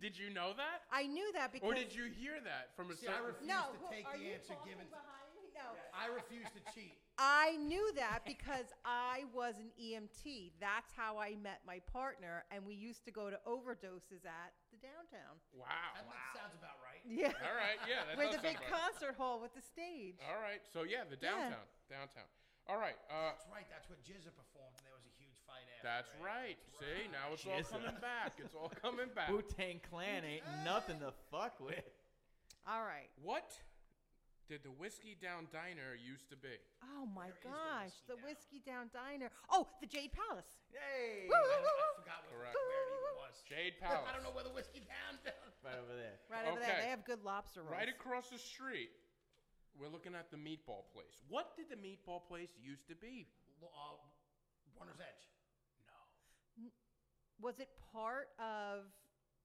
did you know that, I knew that because. or did you hear that from a See, I certain? refuse No. to who- take are the you answer talking given. To, behind me? No. I refuse to cheat. I knew that because I was an EMT. That's how I met my partner, and we used to go to overdoses at the downtown. wow. That that sounds about right. Yeah. All right. Yeah. That With does a big sound right. concert hall with the stage. All right. So yeah, the Yeah. downtown. Downtown. All right. Uh, That's right. That's what Jizza performed, and there was a huge fight after. that's right. See, now it's all Jizza. coming back. It's all coming back. Wu Tang Clan ain't nothing to fuck with. All right. What did the whiskey down diner used to be? Oh my is the gosh, Whiskey the Down? whiskey down diner. Oh, the Jade Palace. Yay! Woo, woo, I, woo, I woo. forgot where, Correct. where it even was. Jade Palace. I don't know where the whiskey down. Right over there. Right over there, Okay. they have good lobster rolls. Right across the street, we're looking at the meatball place. What did the meatball place used to be? uh, Warner's Edge. Was it part of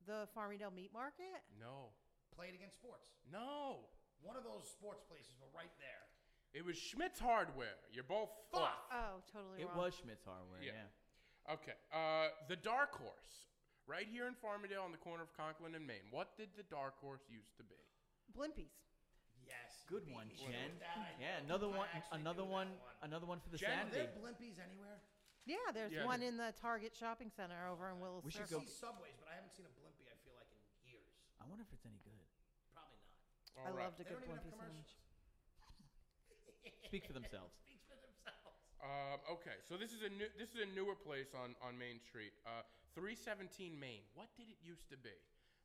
the Farmingdale Meat Market? No. Played against sports. No. One of those sports places were right there. It was Schmidt's Hardware. You're both off. Fuck. Oh, totally It wrong. was Schmidt's Hardware, Yeah. yeah. Okay. Uh, the Dark Horse. Right here in Farmingdale on the corner of Conklin and Maine. What did the Dark Horse used to be? Blimpies. Yes. you Good beat one, me Jen. with that. I- Yeah, another I one, actually another knew that one, another one for the Jen, Are there sanity. blimpies anywhere? Yeah, there's Yeah, one there's- in the Target shopping center over in Willow We I should Circle. see subways, but I haven't seen a blimpie. I feel like in years. I wonder if it's any good. Probably not. All I right. loved a They good don't even blimpie have sandwich. commercials. Speak for themselves. Speaks for themselves. Um, okay, so this is a new this is a newer place on on Main Street, uh, three seventeen Main. What did it used to be?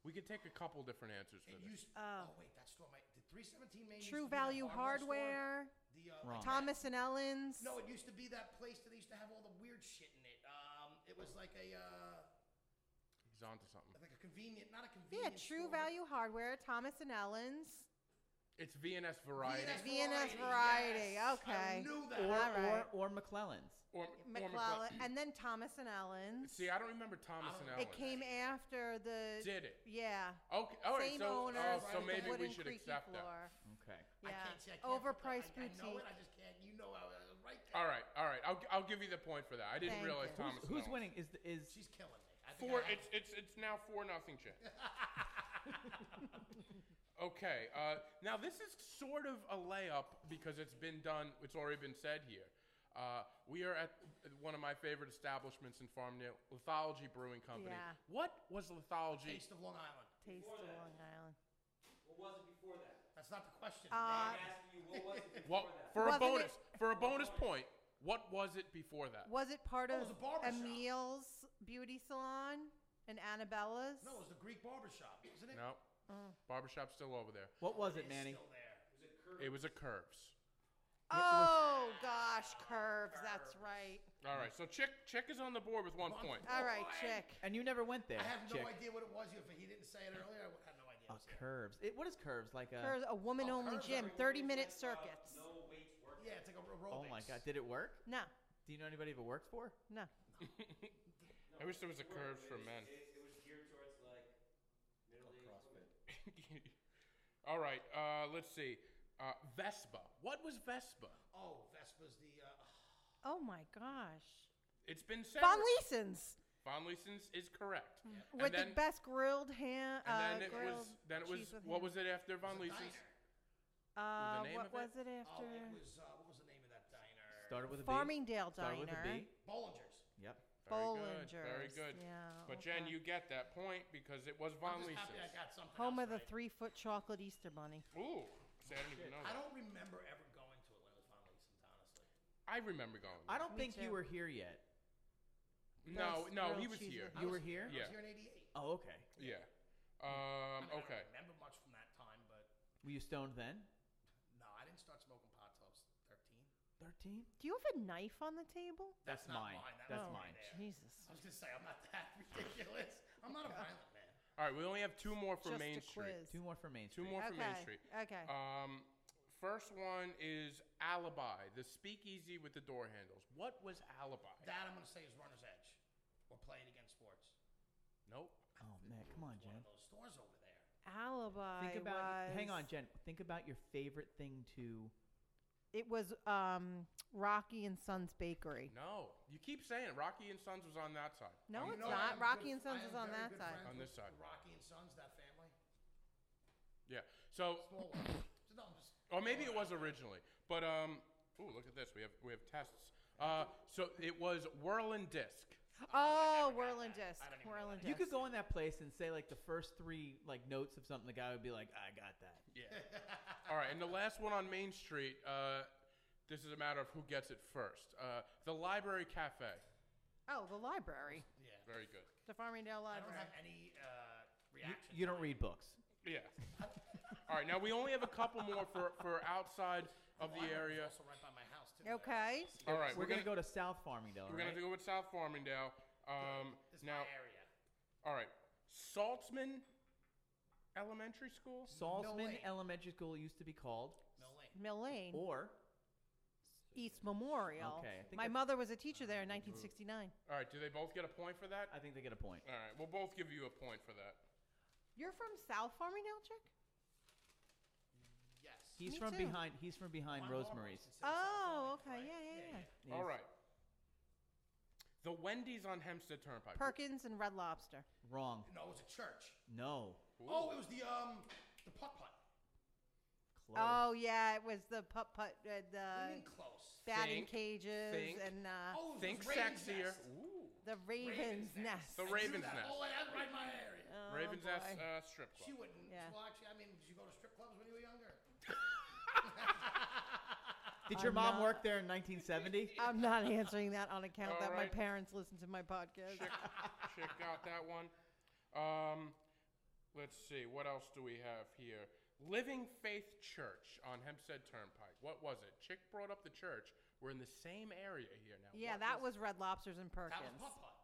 We could take a couple different answers for It this. used. Oh. oh wait, that store might. Did 317 Main. used to True be that Value store? Hardware, The uh, Wrong. like that- Thomas and Ellen's. No, it used to be that place that they used to have all the weird shit in it. Um, it was like a uh, He's onto something. like a convenient, not a yeah, convenient. True Value Hardware, Thomas and Ellen's. It's V&S Variety V&S variety, okay. I knew that. Or, All right. or, or McClellan's. or, or McClellan, and then Thomas and Ellen's. See, I don't remember Thomas and I Ellen. it came after the. Did it? Yeah. Okay. All right. Same so, oh, owners. so with the maybe we wooden should creaky accept floor. Okay. Yeah. I can't say I can't Overpriced I, I know boutique. it. I just can't. You know, I was right that. there. All right. All right. I'll, gi- I'll give you the point for that. I didn't Thank realize you. Thomas. Who's, and who's Ellen's. winning? Is the, is She's killing me. I think I Four. have It's it's it's now four nothing chance. okay. Uh, now this is sort of a layup because it's been done. It's already been said here. Uh, we are at one of my favorite establishments in Farmdale, Lithology Brewing Company. Yeah. What was Lithology? Taste of Long Island. Taste of Long Island. What was it before that? That's not the question. Uh, I'm asking you, what was it before Well, that? for a Wasn't it- bonus, for a bonus point, what was it before that? Was it part Oh, it of was a barber shop. Emil's beauty salon and Annabella's? no, it was the Greek barbershop, wasn't it? No. Barbershop's still over there. what was It it, is Manny? Still there. It was a curves. oh gosh, curves. That's right. All right, so Chick Chick is on the board with one point. All right, Oh, Boy. chick. And you never went there. I have no Chick. idea what it was. If he didn't say it earlier, I would- had no idea. Oh, it was there. curves. It, what is curves like? A, Curves, a woman-only curves gym, are- 30-minute circuits. No weights working. Yeah, it's like a ro- Oh aerobics. my God! Did it work? No, Do you know anybody it worked for? no. I wish there was a curves for men. It, it was geared towards like middle aged women. All right, uh, let's see. Uh, Vespa. What was Vespa? Oh, Vespa's the. Uh, Oh my gosh. It's been said. Von Leeson's. Von Leeson's is correct. And Hmm. With then, the best grilled and ham. then uh, it grilled was then it was cheese with what ham. was it after Von It was a Leeson's? diner. Uh, name what of it? was it, Oh, after? it was, uh, what was the name of that diner? Started with a B. Farmingdale Started with a Diner. B. Bollinger's. Yep. Very Bollinger's. good. Very good. Yeah, But okay. Jen, you get that point because it was Von I'm just happy Leeson's. I got something Home else of the right. three foot chocolate Easter bunny. Ooh, see, I didn't even know I that. don't remember ever going to it when it was Von Leeson's, honestly. I remember going. I don't Me think too. you were here yet. No, Best no, grilled he was cheese here. with You I were was- here? I Yeah. was here in 88. Oh, okay. Yeah. I Um. mean, I don't Okay. remember much from that time, but Were you stoned then? no, I didn't start smoking pot till I was 13. 13? Do you have a knife on the table? That's, not mine. mine. That That's was oh, mine. there. Jesus. I was going to say, I'm not that ridiculous. I'm not a violent man. All right. We only have two more for Just Main a Street. quiz. Two more for Main Two Street. more for Main Okay, Street. Okay. Um, first one is Alibi, the speakeasy with the door handles. What was Alibi? That I'm going to say is runner's edge or play it against sports. nope. Oh, man. Come on, It's Jen. One of those stores over there. Alibi. Think about. Hang on, was- Jen. Think about your favorite thing to. It was um, Rocky and Sons Bakery. No. You keep saying it. Rocky and Sons was on that side. No, Um, it's You know, I not. am Rocky good- and Sons I am is on very that good side. friends On with this side. Rocky and Sons, that family. Yeah. So, Small world. So, no, I'm just- or maybe it was originally, but um. Ooh, look at this. We have we have tests. Uh, so it was Whirling Disc. Oh, whirling disc. Whirling disc. You could go in that place and say like the first three like notes of something. The guy would be like, "I got that." Yeah. All right, and the last one on Main Street. Uh, this is a matter of who gets it first. Uh, the Library Cafe. Oh, the library. Yeah. Very good. The Farmingdale I Library. don't have any uh, You- reaction. you don't read books. Yeah. All right. Now we only have a couple more for, for outside of Well, Oh, the I know area. It's also right by my house too. Okay. All right. We're, gonna, go to South Farmingdale. We're right? gonna go with South Farmingdale. Um, It's now, my area. all right. Saltzman Elementary School. Salzman Mill Lane. Elementary School used to be called, Mill Lane. Mill Lane, or East Memorial. Oh. Okay, I think My that's- mother was a teacher there in 1969. All right. Do they both get a point for that? I think they get a point. All right. We'll both give you a point for that. You're from South Farmingdale, chick? Yes. He's Me from too. behind. He's from behind My mom Rosemary's. always considered Oh, South okay. Lake, Yeah, right? yeah, yeah. All He's- right. The Wendy's on Hempstead Turnpike. Perkins and Red Lobster. Wrong. No, it was a church. No. Ooh. Oh, it was the um the putt putt. Close. Oh, yeah. It was the putt putt, uh, What do the you mean close. batting Think, cages, think. and uh, Oh, it was Think Raven's sexier. Nest. Ooh. the Raven's, Raven's Nest. Nest. The I drew Raven's that. Nest. Oh, that's right in my area. Oh, Raven's Nest boy. uh, strip club. She wouldn't. Yeah. Well, actually, I mean, did you go to strip clubs when you were younger? Did your I'm mom not- work there in 1970? I'm not answering that on account All that right. my parents listen to my podcast. check, check out that one. Um, let's see, what else do we have here? Living Faith Church on Hempstead Turnpike. What was it? Chick brought up the church. We're in the same area here now. Yeah, What that was Red Lobsters and Perkins. That was putt putt.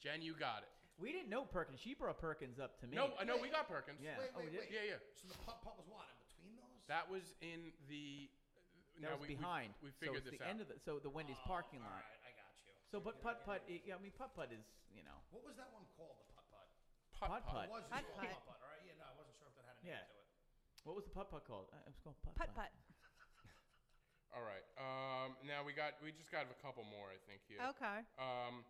Jen. You got it. We didn't know Perkins. She brought Perkins up to me. No, uh, no, we got Perkins. Yeah. Wait, Oh, wait, yeah. wait. yeah, yeah. So the putt putt was what in between those? That was in the. now that was we, we- behind. We, so figured it's this the out. Oh, end of the so the Wendy's parking lot. Oh, All right, I got you. So, but putt putt. i- Yeah, I mean putt putt is you know. What was that one called? The putt putt. Putt Putt putt. putt. It was Putt putt. just called putt putt. All right. Yeah. No, I wasn't sure if that had a name Yeah. to it. What was the putt putt called? Uh, it was called putt Putt putt. All right. Um, now we got. We just got a couple more, I think here. Okay. Um,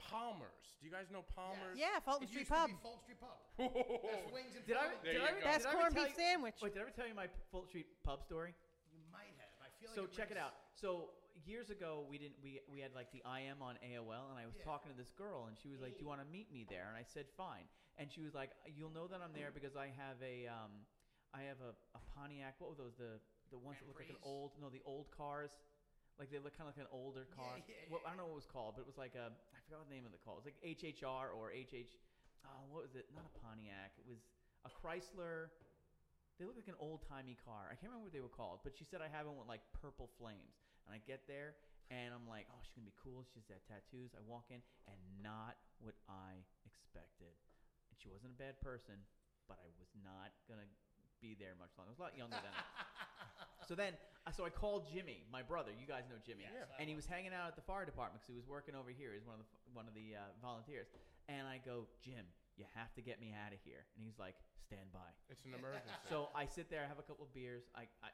Palmer's. Do you guys know Palmer's? Yeah, Fulton It Street used Pub. to be Fulton Street Pub. That's wings and Did I? Fulton. There Did I, you go. did I That's ever corned tell beef you- sandwich. Wait, did I ever tell you my Full Street Pub story? You might have. I feel like. So check it rings- out. So years ago, we didn't we we had like the IM on AOL, and I was Yeah. talking to this girl, and she was like, "Do you want to meet me there?" And I said, "Fine." And she was like, "You'll know that I'm there because I have a um, I have a, a Pontiac. What were those? The the ones that look like an Camrys? old no, the old cars." Like they look kind of like an older Yeah, car. yeah, Well, I don't know what it was called, but it was like a I forgot the name of the car. It was like HHR or HH. Oh, what was it? Not a Pontiac. It was a Chrysler. They look like an old timey car. I can't remember what they were called, but she said I have one with like purple flames. And I get there and I'm like, oh, she's gonna be cool. She's got tattoos. I walk in and not what I expected. And she wasn't a bad person, but I was not gonna be there much longer. I was a lot younger than. her. so then, uh, so I called Jimmy, my brother. You guys know Jimmy, Yes, Yeah. I and he was hanging out at the fire department because he was working over here. He's one of the f- one of the uh, volunteers. And I go, Jim, you have to get me out of here. And he's like, stand by. It's an emergency. So I sit there, I have a couple of beers. I, I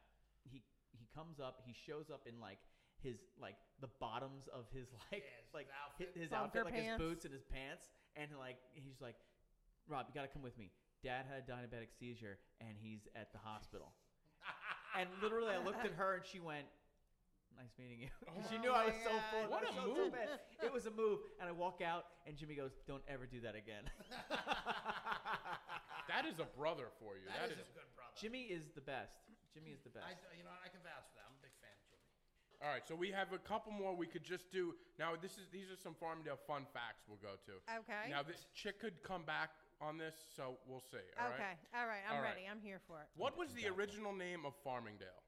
he he comes up, he shows up in like his like the bottoms of his like Yeah, his like outfit. his, his Bunker outfit, like pants. his boots and his pants, and like he's like, Rob, you gotta come with me. Dad had a diabetic seizure and he's at the hospital. and literally, I looked at her and she went, "Nice meeting you." 'Cause she Oh knew I my was so God, full. What I a felt so move. bad. It was a move, and I walk out, and Jimmy goes, "Don't ever do that again." That is a brother for you. that is, a good brother. Jimmy is the best. Jimmy is the best. I, you know, I can vouch for that. I'm a big fan of Jimmy. All right, so we have a couple more we could just do. Now, this is these are some Farmdale fun facts we'll go to. Okay. Now, this chick could come back on this, so we'll see. all right? okay. All right. All I'm right. ready. I'm here for it. What was the original name of Farmingdale?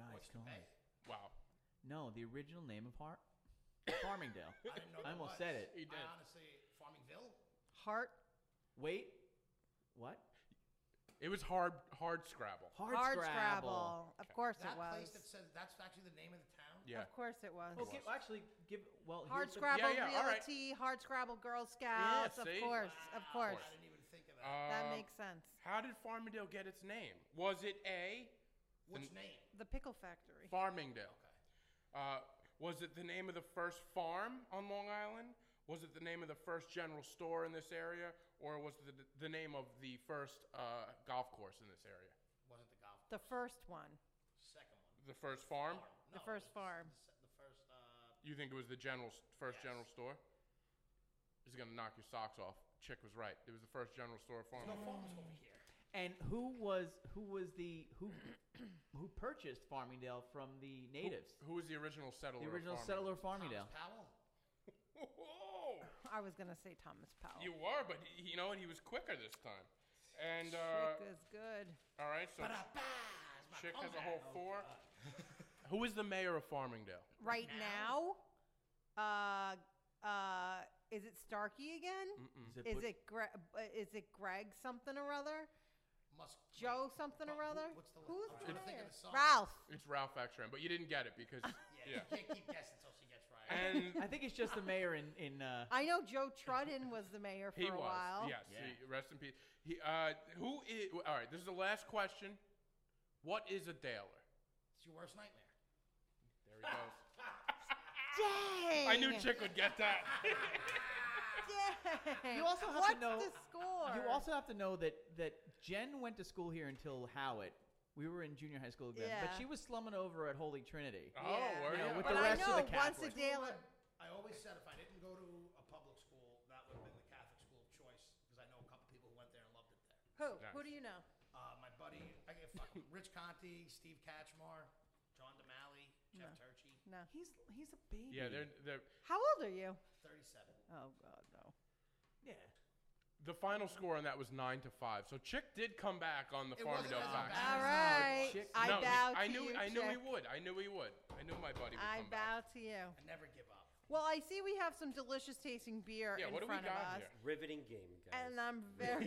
Guys, Oyster come on. Bay. Wow. No, the original name of Har- Farmingdale. I didn't know I there almost was. said it. He did. I honestly, Farmingville. Heart. Wait, what? It was hard hard Scrabble. Hard, Of course That it was. place that says that's actually the name of the town. Yeah. Of course it was. Well, give, actually, give. Well, Hard here's the- Scrabble yeah, all right. Realty, Hard Scrabble Girl Scouts. see? of course. Of Wow, course. I didn't even think of that. Um, That makes sense. How did Farmingdale get its name? Was it A, Which name? The Pickle Factory. Farmingdale? Uh, was it the name of the first farm on Long Island? Was it the name of the first general store in this area? Or was it the, the name of the first uh, golf course in this area? Wasn't the golf. The first one. Second one. The first farm? The No, it first was farm. The, se- the first. Uh, You think it was the general s- first Yes. general store? This is gonna knock your socks off. Chick was right. It was the first general store farm. no farms over here. And who was who was the who who purchased Farmingdale from the natives? Who was the original settler? the original of farming? settler of Farmingdale. Thomas Powell. Whoa! I was going to say Thomas Powell. You were, but y- you know what? He was quicker this time. And uh, Chick is good. all right, so Ba-da-ba, it's my Chick has a comeback. whole four. Who is the mayor of Farmingdale? Right now, now? uh, uh, is it Starkey again? Is it Gre- uh, is it Greg something or other? Must wait, Joe something but or who- other? What's the Who's I'm the trying to think mayor? of the song. Ralph. It's Ralph Extram, but you didn't get it because Yeah, yeah. you can't keep guessing until she gets right. And I think it's just the mayor in in. Uh, I know Joe Trudden was the mayor for he a was while. yes. he- rest in peace. He uh, who is? All right, this is the last question. What is a daler? it's your worst nightmare. There he goes. Dang. I knew Chick would get that. Dang. You also have to What's know- the score? You also have to know that that Jen went to school here until Howard. We were in junior high school then, Yeah. but she was slumming over at Holy Trinity. oh, Yeah. word. Yeah, with but the I rest of know the once a Catholics. day. Well, I always said if I didn't go to a public school, that would have been the Catholic school of choice because I know a couple people who went there and loved it there. Who? Nice. Who do you know? Uh, my buddy, I get fucking Rich Conti, Steve Catchmar, John DeMalley, Jeff Turchi, No. He's he's a baby. Yeah, they're, they're, How old are you? 37. Oh God, no. yeah. the final score on that was nine to five. So Chick did come back on the It wasn't Farmingdale as fact. bad. All right. chick- I no, bow to I knew, you. I knew he Chick. would. I knew he would. I knew my buddy would I come back. bow to you. I never give up. Well, I see we have some delicious tasting beer Yeah, in what do we front of got us, here? Riveting game, guys. and I'm very,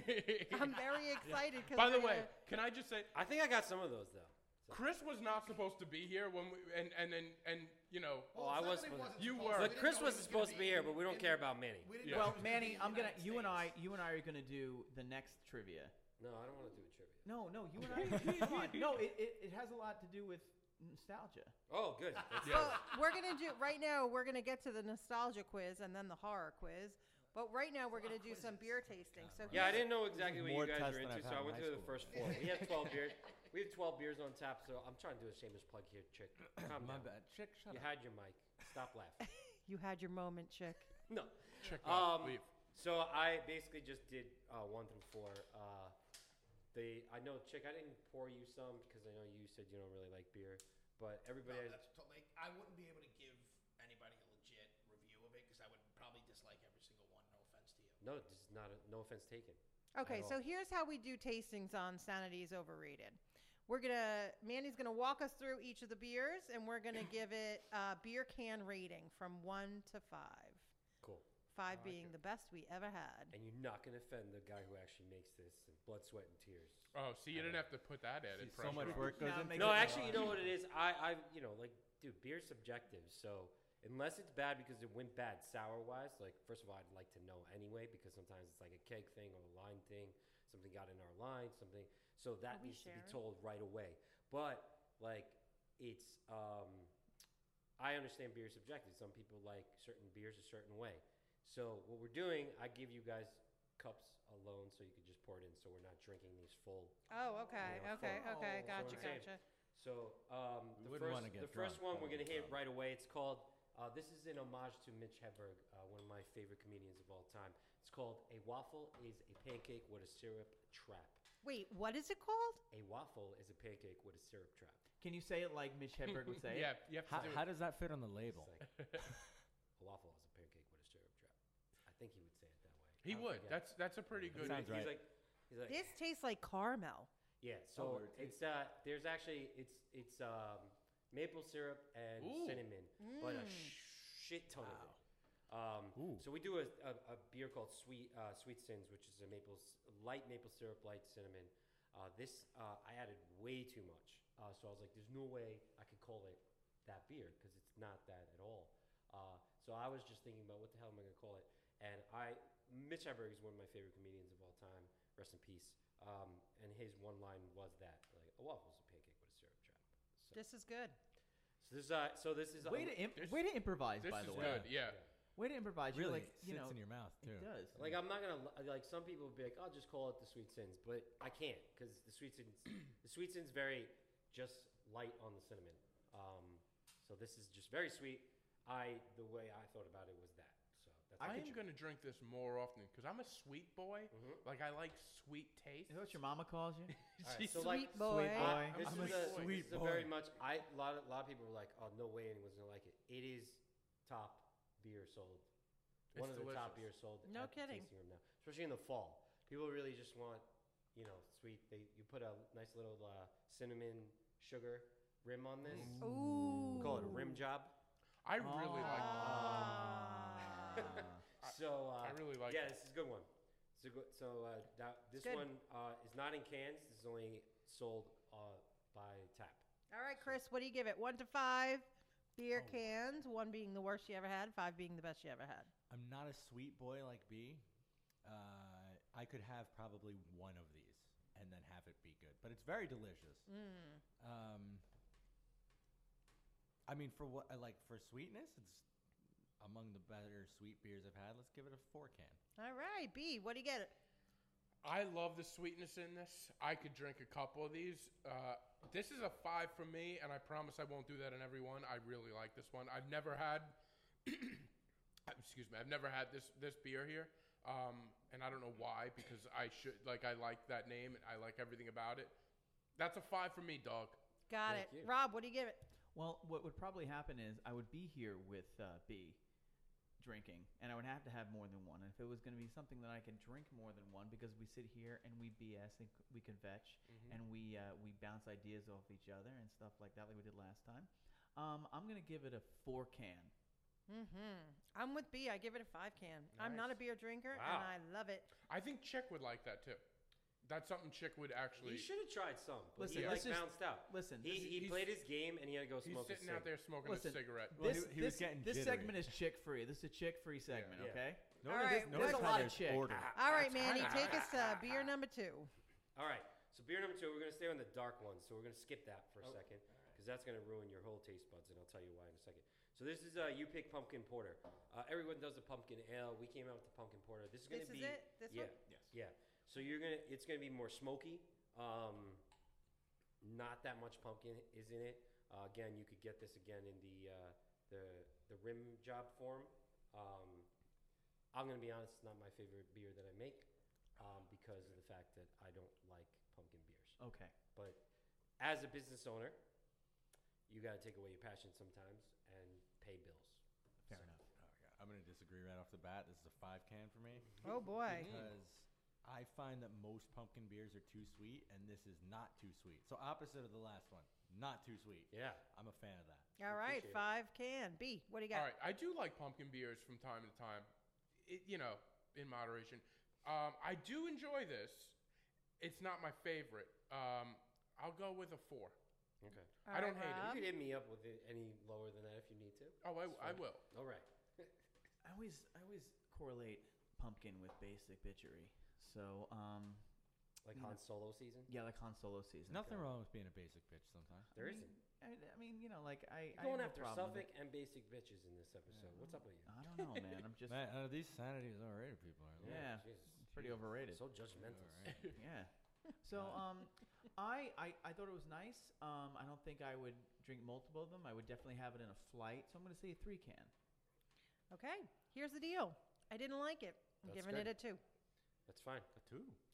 I'm very excited. 'cause By the we're way, gonna- can I uh, just say, I think I got some of those though. So- Chris was not supposed to be here when we, and and and, and you know, Oh, I was. somebody supposed- wasn't You supposed were. to- But we Chris didn't know was he gonna supposed to be here, but we in- don't care about Manny. We Yeah. didn't know Well, he was gonna be Manny, in the I'm gonna United you and I States. you and I are gonna do the next trivia. No, I don't want to do a trivia. No, no, you and I. come on. No, it, it, it has a lot to do with nostalgia. Oh, good. That's- Yeah. so we're gonna do right now. We're gonna get to the nostalgia quiz and then the horror quiz. But right now we're gonna do some beer tasting. So Yeah, I here's- didn't know exactly what more you guys tests were than I've into, so had I in went high through the school. first four. We have 12 beers. We have 12 beers on tap, so I'm trying to do a shameless plug here, Chick. Calm My down. bad. Chick, shut You up. had your mic. Stop laughing. You had your moment, chick. No. Chick, Um, leave. So I basically just did uh, one through four. Uh, the I know, Chick, I didn't pour you some because I know you said you don't really like beer, but No, everybody has. that's to- like, I wouldn't be able to give anybody a legit review of it because I would probably dislike every single one. No offense to you. No, this is not a, no offense taken. Okay, At so all. here's how we do tastings on Sanity's Overrated. We're gonna Mandy's gonna walk us through each of the beers, and we're gonna give it a beer can rating from one to five. Cool. Five being the best we ever had. And you're not going to offend the guy who actually makes this in blood, sweat, and tears. Oh, see, you didn't have to put that added So pressure. much on. work goes Now it into makes No, it actually, you know what it is. I, I, you know, like, dude, beer's subjective. So unless it's bad because it went bad sour wise, like, first of all, I'd like to know anyway because sometimes it's like a keg thing or a line thing. Something got in our line, something. So that we needs to be sharing? told right away. But like, it's um, I understand beer is subjective. Some people like certain beers a certain way. So what we're doing, I give you guys cups alone, so you can just pour it in. So we're not drinking these full. Oh, okay, Yeah, okay, full. okay. Oh. Gotcha, Someone saved. gotcha. So um, We the wouldn't first wanna get the first drunk, one that we're would gonna be hit fun. right away. It's called. Uh, this is an homage to Mitch Hedberg, uh, one of my favorite comedians of all time. It's called "A Waffle is a Pancake with a Syrup Trap." Wait, what is it called? A waffle is a pancake with a syrup trap. Can you say it like Mitch Hedberg would say? yeah, It? you have to How, do how it. does that fit on the label? It's like a waffle is a pancake with a syrup trap. I think he would say it that way. he I don't would. forget. That's that's a pretty He's good. Sounds like- right. He's like, he's like This tastes like caramel. yeah. Oh, So word, tasty. it's uh, there's actually it's it's um, maple syrup and Ooh. cinnamon, but a Mm. shit ton of it. Um, Ooh. so we do a, a, a beer called Sweet uh, Sweet Sins, which is a maple s- light maple syrup, light cinnamon. Uh, this uh, I added way too much, uh, so I was like, "There's no way I could call it that beer because it's not that at all." Uh, so I was just thinking about what the hell am I going to call it, and I Mitch Hedberg is one of my favorite comedians of all time. Rest in peace. Um, and his one line was that like a waffle's a pancake with a syrup trap. So This is good. so this uh, so this is Way um, to imp- This- way to improvise, This by is the way. good. Yeah. Way to improvise. You're Really, like, you it sits know, in your mouth too. it does. Like I'm not gonna li- like some people would be like, I'll just call it the sweet sins, but I can't because the sweet sins, the sweet sins very just light on the cinnamon. Um, so this is just very sweet. I the way I thought about it was that. So that's I what am you- going to drink this more often because I'm a sweet boy. Mhm. Like, I like sweet taste. Is that what your mama calls you? All right, She's so like Sweet boy. boy. this I'm is a sweet boy. this is a boy. very much. I a lot of lot of people were like, oh no way anyone's gonna like it. It is top beer sold. It's One of the top delicious. beers sold. No at the kidding. tasting room now, especially in the fall. People really just want, you know, sweet. They you put a nice little uh, cinnamon sugar rim on this. Ooh. We call it a rim job. I really like Ah. I- so uh, I really like Yeah, it. this is a good one. It's a good, so uh, that, this good. one uh, is not in cans. This is only sold uh, by tap. All right, Chris, what do you give it? One to five beer Oh. cans, one being the worst you ever had, five being the best you ever had. I'm not a sweet boy like B. Uh, I could have probably one of these and then have it be good, but it's very delicious. Mm. Um, I mean, for what I like for sweetness, it's among the better sweet beers I've had. Let's give it a four can. All right, B, what do you get it? I love the sweetness in this. I could drink a couple of these. Uh, this is a five for me, and I promise I won't do that in every one. I really like this one. I've never had, excuse me, I've never had this this beer here, um, and I don't know why because I should like I like that name and I like everything about it. That's a five for me, dog. Got Thank it. you. Rob, what do you give it? Well, what would probably happen is I would be here with uh, B drinking, and I would have to have more than one. And if it was going to be something that I could drink more than one, because we sit here and we BS and c- we can vetch Mm-hmm. and we uh, we bounce ideas off each other and stuff like that, like we did last time. Um, I'm gonna give it a four can. Mm-hmm. I'm with B. I give it a five can. I'm not a Nice. beer drinker, Wow. and I love it. I think Chick would like that too. That's something Chick would He actually. should have tried some, but Listen, he this like is- bounced out. listen, this is- he, he he's- played his game and he had to go He's smoke. sitting a out there smoking Listen, a cigarette. Well, he- this he this, was getting this jittery. segment is chick free. This is a chick free segment, Yeah. okay? All right, there's a how lot there's of chick. Ah, order. All right, Manny, take us to beer number two. All right. So beer number two, we're gonna stay on the dark one, so we're gonna skip that for a second because that's gonna ruin your whole taste buds, and I'll tell you why in a second. So this is uh, you pick pumpkin porter. Uh, everyone does a pumpkin ale. We came out with the pumpkin porter. This is gonna This is be it? This yeah, one? Yes. Yeah. So you're gonna it's gonna be more smoky. Um, not that much pumpkin is in it. Uh, again, you could get this again in the uh, the the rim job form. Um, I'm gonna be honest, it's not my favorite beer that I make um, because of the fact that I don't like pumpkin beers. Okay. But as a business owner, you gotta take away your passion sometimes and pay bills. Fair So- enough. Oh, yeah. I'm going to disagree right off the bat. This is a five can for me. Oh boy. Mm-hmm. because Mm. I find that most pumpkin beers are too sweet, and this is not too sweet. So opposite of the last one, not too sweet. Yeah. I'm a fan of that. All right, appreciate it. five can. B, what do you got? All right, I do like pumpkin beers from time to time, it, you know, in moderation. Um, I do enjoy this. It's not my favorite. Um, I'll go with a four. Okay. All I don't right, hate it. You Rob? could hit me up with it any lower than that if you need to. Oh, I, That's I fine. will. All right. I always I always correlate pumpkin with basic bitchery. So um, Like You know. Han Solo season? Yeah, like Han Solo season. Nothing wrong with being a basic bitch sometimes. There I mean, isn't. I, I mean, you know, like I. I You're going have no after problem with Suffolk it. and basic bitches in this episode. What's up with you? I don't know, man. I'm just Man, uh, these sanity is overrated people are. they? Yeah. Oh, Jesus. pretty overrated. So judgmental. Alright. Yeah. So um, I, I I thought it was nice. Um, I don't think I would drink multiple of them. I would definitely have it in a flight. So I'm going to say a three can. Okay, here's the deal. I didn't like it. I'm That's giving good. it a two. That's fine.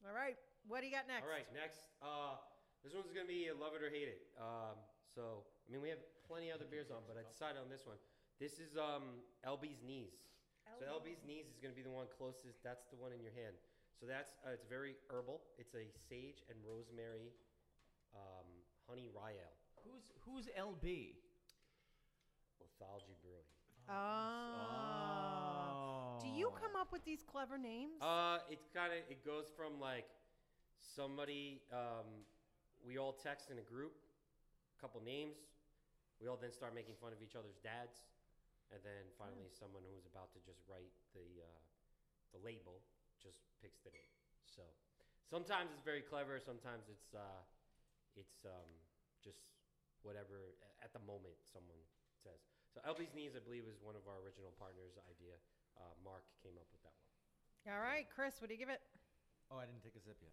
All right, what do you got next? All right, next. Uh, this one's gonna be love it or hate it. Um, so I mean, we have plenty other beers on, but I decided on this one. This is um, LB's knees. So LB's knees is gonna be the one closest. That's the one in your hand. So that's uh, it's very herbal. It's a sage and rosemary um, honey rye ale. Who's who's LB? Lithology Brewing. Ah. Uh, Oh. Do you come up with these clever names? Uh, it's kind of it goes from like somebody um, we all text in a group, couple names, we all then start making fun of each other's dads, and then finally someone who's about to just write the uh, the label just picks the name. So sometimes it's very clever, sometimes it's uh, it's um, just whatever a- at the moment someone says. So LB's knees, I believe, is one of our original partners' idea. Uh, Mark came up with that one. All right, Chris, what do you give it? Oh, I didn't take a sip yet.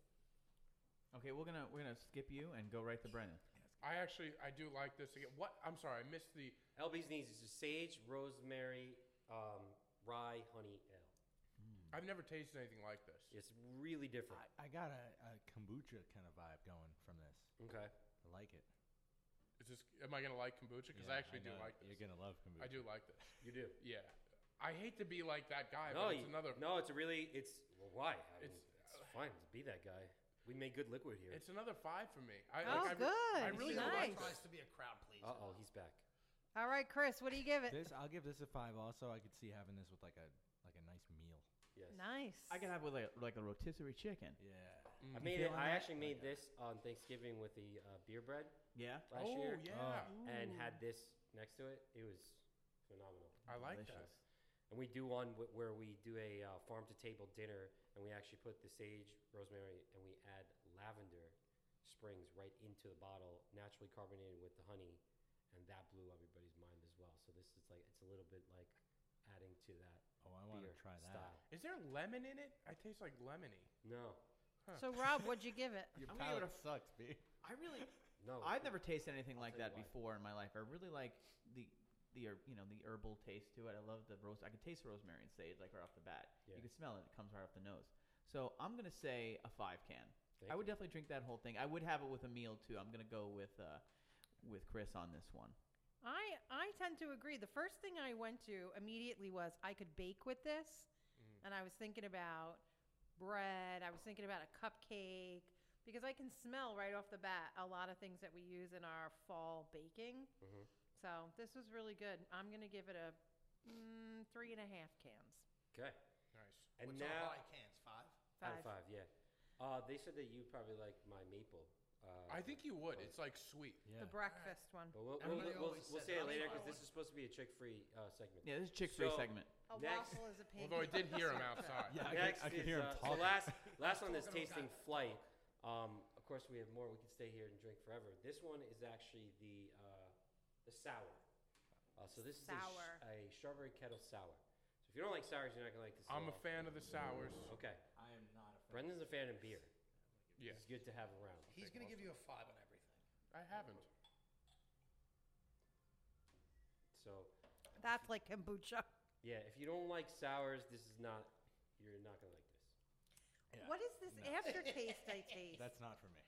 Okay, we're gonna we're gonna skip you and go right to Brennan. I actually I do like this again. What I'm sorry, I missed the LB's knees is just sage, rosemary, um, rye, honey ale. I've never tasted anything like this. It's really different. I, I got a, a kombucha kind of vibe going from this. Okay. I like it. Is this am I gonna like kombucha? Because I Yeah, actually do know like this. You're gonna love kombucha. I do like this. You do. Yeah. I hate to be like that guy, no, but it's you- another No, it's a really. It's well, why? I mean, It's- uh, it's, fine to be that guy. We make good liquid here. it's another five for me. I, Oh, like, I, re- I good. really like Nice. tries to be a crowd pleaser. Uh oh, he's back. All right, Chris, what do you give it? This I'll give this a five. Also, I could see having this with like a like a nice meal. Yes. Nice. I could have with like, like a rotisserie chicken. Yeah. I made it. feeling I that? actually Oh, made this on Thanksgiving with the uh, beer bread Yeah. last Oh year, yeah. and had this next to it. It was phenomenal. I like that. Delicious. And we do one wh- where we do a uh, farm to table dinner, and we actually put the sage, rosemary, and we add lavender springs right into the bottle, naturally carbonated with the honey, and that blew everybody's mind as well. So this is like it's a little bit like adding to that Oh, I want to beer try that. style. Is there lemon in it? I taste like lemony. No, so, Rob, what'd you give it? Your I'm gonna give it palate sucks, B. I really no. I've never tasted anything like tell you that why. before in my life. I really like the the herb- you know the herbal taste to it. I love the rose. I can taste rosemary and sage like right off the bat. Yeah. You can smell it. It comes right off the nose. So I'm gonna say a five can. Thank I would you. definitely drink that whole thing. I would have it with a meal too. I'm gonna go with uh, with Chris on this one. I I tend to agree. The first thing I went to immediately was I could bake with this, and I was thinking about bread. I was thinking about a cupcake because I can smell right off the bat a lot of things that we use in our fall baking. Mhm. So this was really good. I'm gonna give it a mm, three and a half cans. Okay. Nice. And What's now our high cans? Five. out Five. of five, yeah. Uh, they said that you probably like my maple. Uh, I think you would. It's like sweet. Yeah. The breakfast one. But we'll, we'll, Everybody we'll, always we'll say said it that. I'm later sorry, because I this is supposed to be a chick-free uh, segment. Yeah, this is chick free So- segment. A Next. waffle is a pain. Although I did hear him outside. Yeah, I Next could, I could is, hear him uh, talking. So last, last on this Talking all the tasting time. flight. Um, of course, we have more. We could stay here and drink forever. This one is actually the uh, the sour. Uh, so this Sour. is a, sh- a strawberry kettle sour. So if you don't like sours, you're not gonna like this. at I'm a all. fan of the sours. Okay, I am not a Brendan's a fan of beer. Yeah. It's good to have around. He's gonna give you a five on everything. I haven't. So That's like kombucha. yeah, if you don't like sours, this is not. You're not gonna like this. Yeah. What is this No. aftertaste I taste? That's not for me.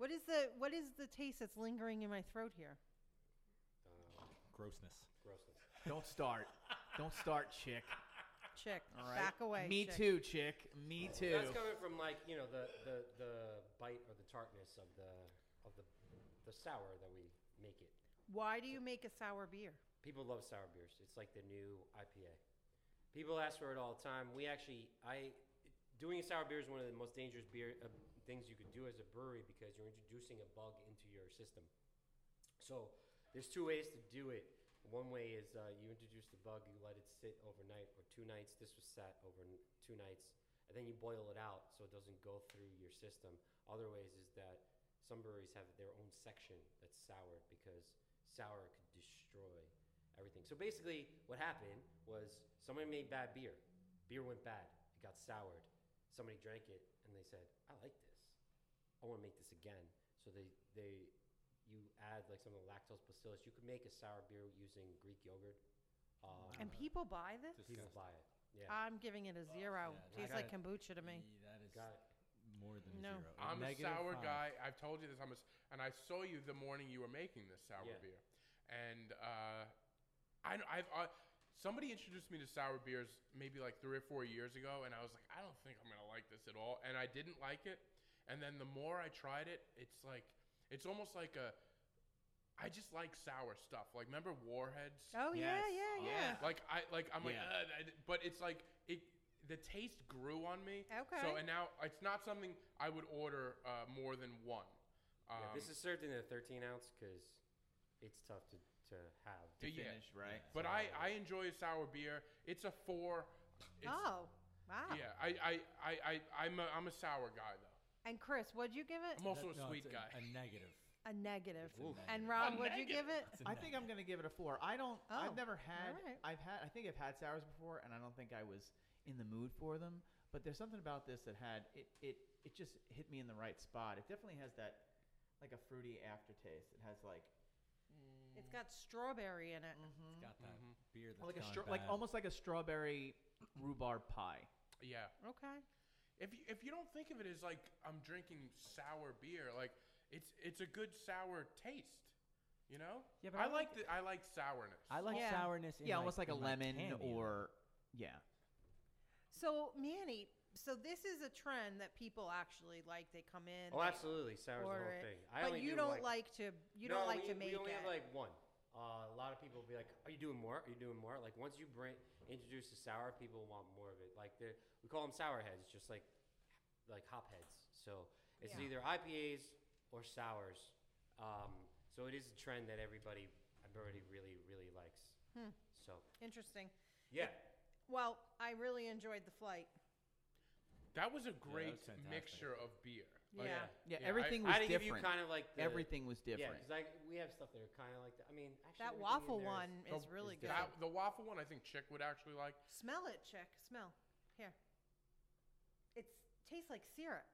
what is the what is the taste that's lingering in my throat here? Uh, Grossness. grossness. Don't start. Don't start, chick. Chick, All right. back away. Me chick. too, chick. Me too. That's coming from like you know the, the the bite or the tartness of the of the the sour that we make it. Why do you make a sour beer? People love sour beers. It's like the new IPA. People ask for it all the time. We actually, I, doing a sour beer is one of the most dangerous beer uh, things you could do as a brewery because you're introducing a bug into your system. So there's two ways to do it. One way is uh, you introduce the bug, you let it sit overnight or two nights. This was sat over n- two nights, and then you boil it out so it doesn't go through your system. Other ways is that some breweries have their own section that's soured because sour could destroy everything. So basically, what happened was somebody made bad beer. Beer went bad. It got soured. Somebody drank it and they said, "I like this. I want to make this again." So they they you add like some of the lactose bacillus. You could make a sour beer using Greek yogurt. Um, And Ah. people buy this? people buy it. Yeah, I'm giving it a zero. yeah, Tastes I like got kombucha to me. That is got it. more than No. zero. I'm a Negative sour five. guy. I've told you this. I'm a, s- and I saw you the morning you were making this sour Yeah. beer, and uh, I, kn- I've uh, somebody introduced me to sour beers maybe like three or four years ago, and I was like, I don't think I'm gonna like this at all, and I didn't like it. And then the more I tried it, it's like it's almost like a. I just like sour stuff. Like remember Warheads? Oh yeah, Yes. yeah, yeah. Yeah. Like I like I'm like, Yeah. "Ugh," I- but it's like it. The taste grew on me. Okay. So and now it's not something I would order uh, more than one. Um, Yeah, this is served in a 13 ounce because it's tough to, to have. To to yeah. finish, right? But I I enjoy a sour beer. It's a four. It's, oh wow. Yeah. I I I I I'm a, I'm a sour guy though. And Chris, what'd you give it? I'm also a That- no, sweet it's guy. A negative. A negative. It's a negative. And Rob, A what'd you give it? It's a I think I'm gonna give it a four. I don't. Oh, I've never had. alright. I've had. I think I've had sours before, and I don't think I was in the mood for them. But there's something about this that had it. It. It just hit me in the right spot. It definitely has that, like a fruity aftertaste. It has like, It's got strawberry in it. It's got that Mm-hmm. beer that's like a gone stra- like bad. almost like a strawberry rhubarb pie. Yeah. Okay. If you, if you don't think of it as like I'm drinking sour beer, like it's it's a good sour taste. You know. Yeah, but I I don't like the, I like sourness. I like Yeah. sourness. In yeah, almost like a in lemon candy. or yeah. So Manny, so this is a trend that people actually like. They come in. Oh, they absolutely. Sour is the order whole it. thing. I But only you do don't one. like to. You No, don't like we, to make We only it. have like one. Uh, a lot of people will be like, "Are you doing more? Are you doing more?" Like once you bring introduce the sour, people want more of it. Like they we call them sour heads, just like like hop heads. So it's Yeah. either IPAs or sours. Um, so it is a trend that everybody everybody really really likes. Hmm. So Interesting. yeah, Well, I really enjoyed the flight. That was a was great fantastic. mixture of beer. Yeah. Yeah, I- everything was I didn't give you different. kind of like the, everything was Yeah, different. because like we have stuff that are kind of like that. I mean, actually, That everything in waffle there one is- is is really good. different. That, the waffle one, I think Chick would actually like. Smell it, chick. Smell. Here. It's tastes like syrup.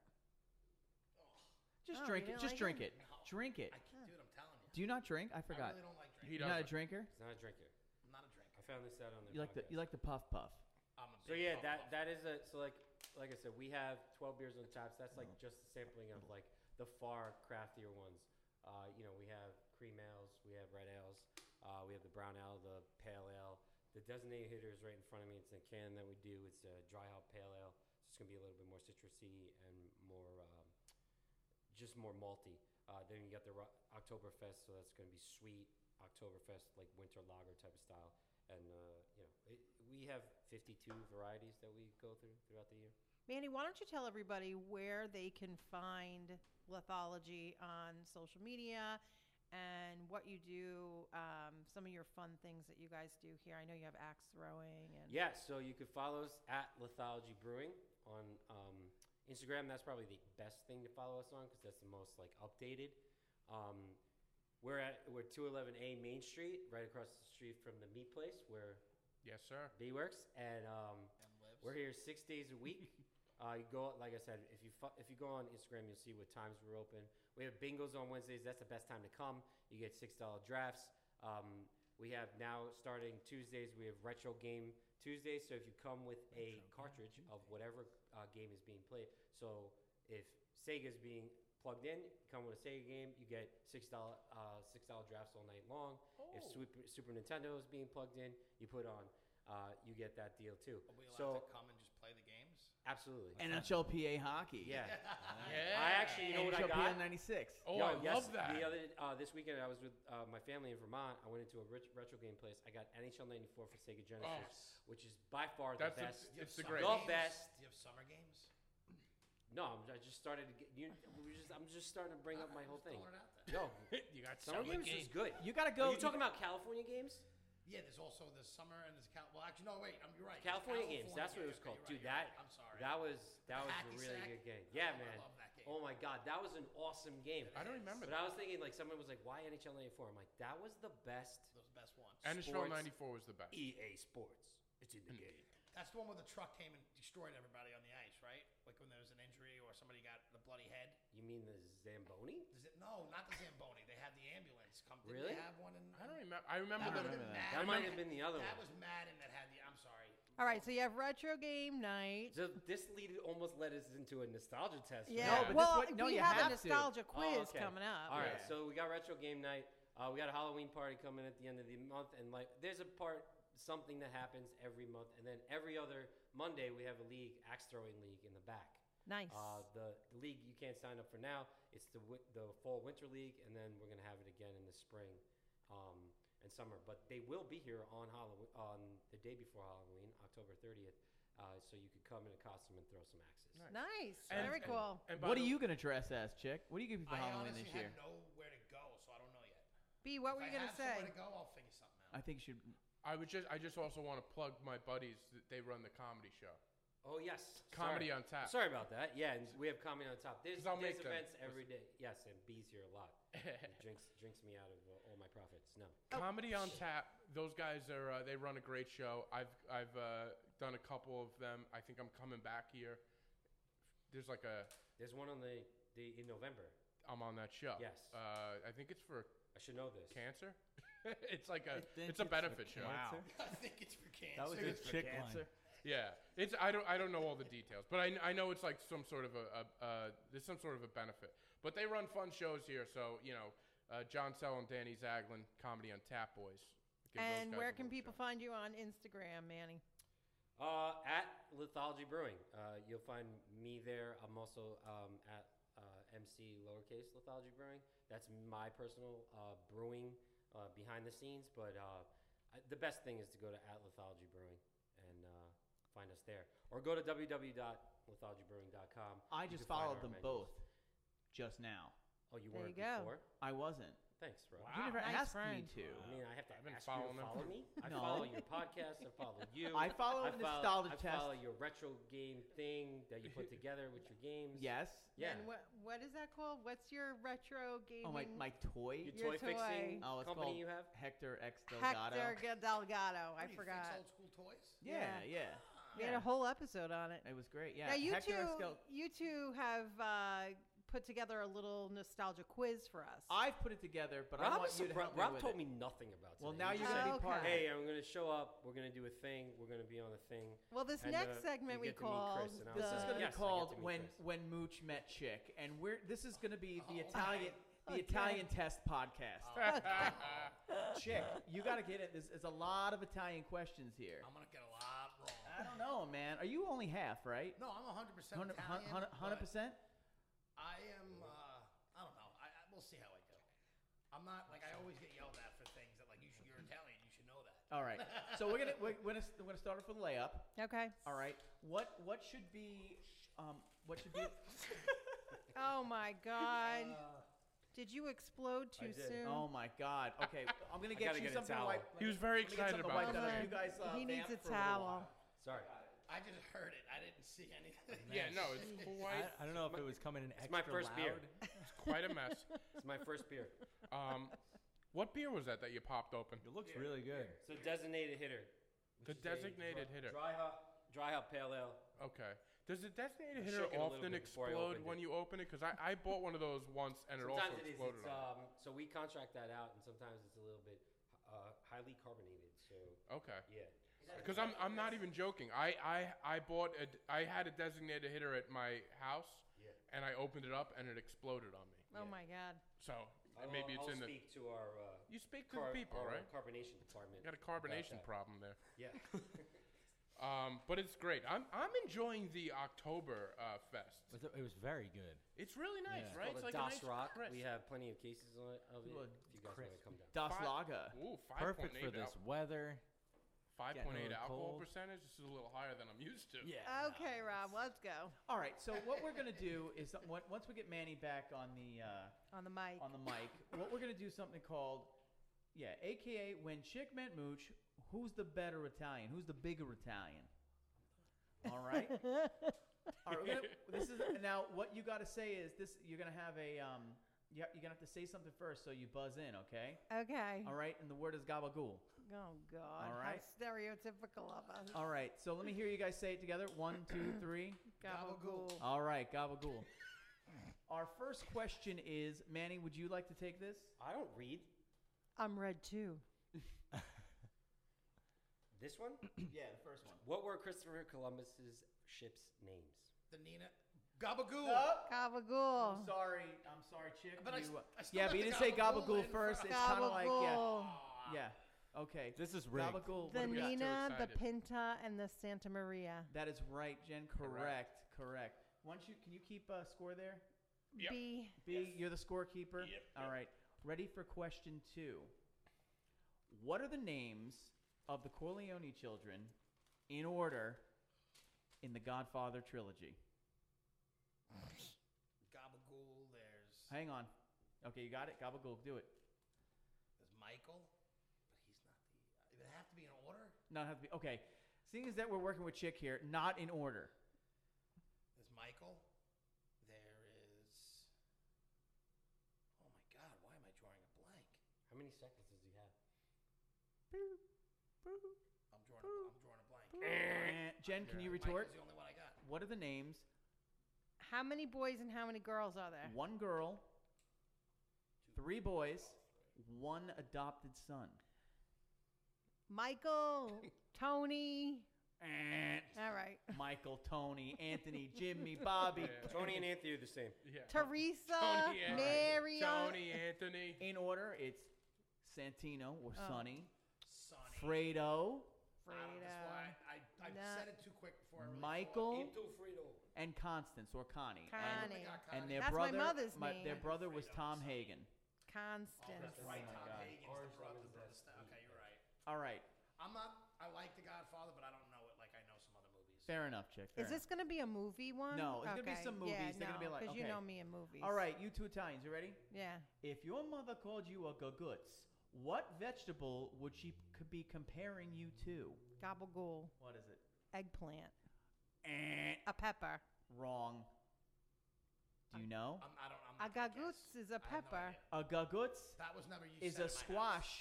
Just Oh, you drink it. didn't Just like drink it? it. Drink it. I can't do it. I'm telling you. Do you not drink? I I forgot. really don't like He drinking. You're not a does. drinker. He's not a drinker. I'm not a drinker. I found this out on the. You like the you like the puff puff. I'm a So big yeah, puff that puff. that is a so like like I said, we have 12 beers on taps. That's like just a sampling of like the far craftier ones. Uh, you know, we have cream ales, we have red ales, uh, we have the brown ale, the pale ale. The designated hitter is right in front of me. It's a can that we do. It's a dry hop pale ale. It's gonna be a little bit more citrusy and more um, just more malty. Uh, then you got the Ro- Oktoberfest, so that's going to be sweet Oktoberfest, like winter lager type of style. And uh, you know, it, we have 52 varieties that we go through throughout the year. Manny, why don't you tell everybody where they can find lithology on social media and what you do, um, some of your fun things that you guys do here? I know you have axe throwing and Yeah, so you can follow us at Lithology Brewing on um, Instagram. That's probably the best thing to follow us on because that's the most like updated. Um, we're at we're 211A Main Street, right across the street from the meat place where Yes, sir. B works, and um, And lives. We're here six days a week. uh, you go, like I said, if you fo- if you go on Instagram, you'll see what times we're open. We have bingos on Wednesdays. That's the best time to come. You get six dollar drafts. Um, we have now starting Tuesdays. We have retro game Tuesdays. So if you come with a cartridge of whatever uh, game is being played, so if Sega is being plugged in, come with a Sega game, you get six dollar uh, six dollar drafts all night long. Oh. If Super, Super Nintendo is being plugged in, you put on, uh, you get that deal too. Are we allowed So to come and just play the games? absolutely, NHLPA hockey. yeah. Yeah. I actually, you know what I got? NHLPA '96. Oh, Yo, I yes, love that. The other uh, this weekend, I was with uh, my family in Vermont. I went into a rich, retro game place. I got NHL '94 for Sega Genesis, Oh. which is by far That's the the- best. Do you have It's the summer greatest. The games? best. Do you have summer games? No, I'm, I just started. To get, you, we were just, I'm just starting to bring up my whole thing. Throwing it out there. Yo, you got summer some games is good. You gotta Are go. you talking about California games? Yeah, there's also the summer and there's Cal. Well, actually, no, wait. I'm, you're right. California Games. That's what it was okay, called, you're dude. That right, you're right, I'm sorry. that was that was a hacky really sack? good game. I Yeah, love- I man. love that game. Oh my god, that was an awesome game. I don't remember But that. I was thinking, like, someone was like, "Why NHL '94?" I'm like, "That was the best Those best ones. Anishville '94 was Sports. the best. EA Sports. It's in the Hmm. game." That's the one where the truck came and destroyed everybody on the ice, right? Like when there was an injury or somebody got the bloody head. You mean the Zamboni? Does it, no, not the Zamboni. They had the ambulance come. Didn't Really? They have one in, I don't remember. I remember That the. would've remember been that. That Madden. might have been the other That one. was Madden that had the. I'm sorry. All right, so you have retro game night. So this lead almost led us into a nostalgia test. Yeah. No, but this well, one- no, we you have, a have to. nostalgia Oh, quiz okay. coming up. All right, Yeah. so we got retro game night. Uh, we got a Halloween party coming at the end of the month, and like, there's a part something that happens every month, and then every other Monday we have a league axe throwing league in the back. Nice. Uh, the, the league you can't sign up for now. It's the wi- the fall winter league, and then we're gonna have it again in the spring, um, and summer. But they will be here on Halloween, on the day before Halloween, October 30th. Uh, so you could come in a costume and throw some axes. nice. And- Very and- cool. and by What are the- you gonna dress as, chick? What are you gonna be for I Halloween honestly this year? have nowhere to go, so I don't know yet. B, what were if you going I to have say? somewhere to go, I'll figure something out. I think you should. I would just. I just also want to plug my buddies. that They run the comedy show. Oh yes, Comedy Sorry. on Tap. Sorry about that. Yeah, and we have comedy on top. There's, 'Cause I'll there's make them. events every day. Yes, and B's here a lot. He drinks drinks me out of uh, all my profits. No, Oh. Comedy on Tap. Those guys are. Uh, they run a great show. I've I've uh, done a couple of them. I think I'm coming back here. There's like a. there's one on the, the in November. I'm on that show. Yes. Uh, I think it's for I should know this. cancer. it's like a. I think It's a for benefit show. cancer. I think it's for cancer. That was a It's for chick line. Yeah, it's I don't I don't know all the details, but I, kn- I know it's like some sort of a, a uh, there's some sort of a benefit. But they run fun shows here, so you know, uh, John Sell and Danny Zaglin, comedy on Tap Boys. Give those And guys where a can little people shout. find you on Instagram, Manny? Uh, at Lithology Brewing, uh, you'll find me there. I'm also um, at uh, MC lowercase Lithology Brewing. That's my personal uh, brewing uh, behind the scenes. But uh, I, the best thing is to go to at Lithology Brewing and uh, find us there, or go to www.lithologybrewing.com. I You just can find followed our them menus. both just now. Oh, you There weren't you go. before. I wasn't. Thanks, bro. You Wow. never Nice asked friend. me I to. mean, I have to I've been ask you following to them follow me. I No. follow your podcast. I follow you. I follow the follow- nostalgia I test. follow your retro game thing that you put together with your games. Yes. Yeah. And what, what is that called? What's your retro gaming? Oh my, my toy. your, Your toy, toy. fixing Oh, it's company called you have. Hector X Delgado. Hector G- Delgado. I What do you, fix forgot. Old school toys. yeah, yeah, We had yeah. a whole episode on it. It was great. Yeah. now you Hector X two, Del- you two have uh, put together a little nostalgia quiz for us. I've put it together, but I Rob, want was you to surpri- help me Rob with told it. me nothing about. Well, today. now He you're just gonna Oh, be part of said, okay. it. Hey, I'm gonna show up. We're gonna do a thing. We're gonna be on a thing. well, this and, next uh, segment you we get to meet called Chris and I This is was Uh, going to be yes, I get called to meet when Chris. when Mooch met Chick, and we're this is going to be the Oh, Italian the okay. Italian Test podcast. Oh. Chick, you got to get it. There's, there's a lot of Italian questions here. I'm gonna get a lot I wrong. don't know, man. Are you only half right? No, I'm 100 percent Hundred Italian. hundred but percent. I am. Uh, I don't know. I, I we'll see how I do. I'm not like I always get yelled at for things that like you should, you're Italian. You should know that. All right. So we're gonna we're, we're gonna we're gonna start off with a layup. Okay. All right. What what should be um what should be Oh my God! did you explode I too did. soon? Oh my god. Okay. I'm going to get gotta you get a something towel. white. He was very excited about that. that. You guys uh, Oh, he needs vamp a for little while. towel. Sorry, I just heard it. I didn't see anything. Yeah, no, it's quite I, I don't know if it was coming in it's extra my first loud. beer. it's quite a mess. It's my first beer. Um, what beer was that that you popped open? It looks really good. So designated hitter. The which is a designated dry- hitter. Dry hop, dry hop pale ale. Okay. Does the I designated hitter shook it a little often bit before I explode opened when it. you open it? Because I, I bought one of those once and it sometimes also it is. exploded. It's, on me. um, so we contract that out, and sometimes it's a little bit uh, highly carbonated. So okay. uh, yeah. Because I'm, I'm not even joking. I, I, I bought a, d- I had a designated hitter at my house, Yeah. and I opened it up and it exploded on me. Oh Yeah. my God! So I'll, maybe Oh, it's I'll in the. speak to our. Uh, You speak to car- the people, our right? Carbonation department. You got a about carbonation that. problem there. Yeah. Um, but it's great. I'm, I'm enjoying the October uh, fest. It was, it was very good. It's really nice, Yeah. right? Well, It's the like a Das nice Rock. crisp. We have plenty of cases on it. Of it Well, if you guys want to crisp. come down. Das Fi- Laga. Ooh, 5.8 Perfect for this al- weather. 5.8 getting a little alcohol cold. percentage. This is a little higher than I'm used to. Uh, Okay, Rob, let's go All right. So what we're going to do is that on- once we get Manny back on the uh, on the mic. on the mic, what we're going to do is something called Yeah, aka when Chick meant Mooch, who's the better Italian? Who's the bigger Italian? All right. All right, we're gonna- this is now what you got to say is this. You're gonna have a um. You ha- you're gonna have to say something first, so you buzz in, okay? Okay. All right, and the word is gabagool. Oh God. All How right. stereotypical of us. All right, so let me hear you guys say it together. One, two, three. Gabagool. All right, gabagool. Our first question is, Manny, would you like to take this? I don't read I'm red too. this one. Yeah, the first one. what were Christopher Columbus's ship's names? The Nina. Gabagool. Gabagool. Oh, I'm sorry, I'm sorry, Chick. But I you, s- uh, I still yeah, got but you the didn't say gabagool gabagool in first. front. It's kind of like yeah, Gabagool. yeah. Okay, This is rigged. gabagool. The what do we got? Too Nina, the excited. Pinta, and the Santa Maria. That is right, Jen. Correct. Correct. Correct. Once you can you keep uh, score there? Yep. B. B, you're the scorekeeper. Yep, All yep. right. Ready for question two. What are the names of the Corleone children in order in the Godfather trilogy? Gabagool. There's Hang on. Okay, you got it. Gabagool, do it. there's Michael, but he's not the. They have to be in order. Not have to be okay. Seeing as that we're working with Chick here, not in order. There's Michael. There is. Oh my God! Why am I drawing a blank? How many seconds does he have? I'm drawing. A, I'm drawing a blank. Eh, Jen, can you retort? Michael's the only one I got. What are the names? How many boys and how many girls are Eh. there? One girl, three boys, one adopted son. Michael, Tony. All right. Michael, Tony, Anthony, Jimmy, Bobby. Yeah. Tony and Anthony are the same. Yeah. Teresa, Tony and- Mary. Tony Anthony. In order, it's Santino or Oh. Sonny, Sonny. Fredo, I don't- that's why Fredo. I, I, I Nah. said it too quick before I really Michael, Into Fredo. and Constance or Connie. And, Connie. and their That's my brother, mother's Their name. brother was Tom Hagen. Constance. That's right, Oh my Tom God. Hagen's Orange the brother. Lemon's brother that Star. sweet, Okay, you're right. All right, I'm not. I like The Godfather, but I don't know it like I know some other movies. fair enough, Chick. fair Is this going to be a movie one? No, it's gonna be some Yeah, movies. They're gonna be like, because you okay. know me in movies. enough. All right, you two Italians, you ready? Yeah. If your mother called you a gagutz, what vegetable would she c- be comparing you to? Gabagool. What is it? Eggplant. Eh, A pepper. Wrong. Do Uh, you know? I'm, I don't. A I'm not gonna guess. gagutz is a I have no pepper. idea. A gagutz that was never used. is a said in my house. squash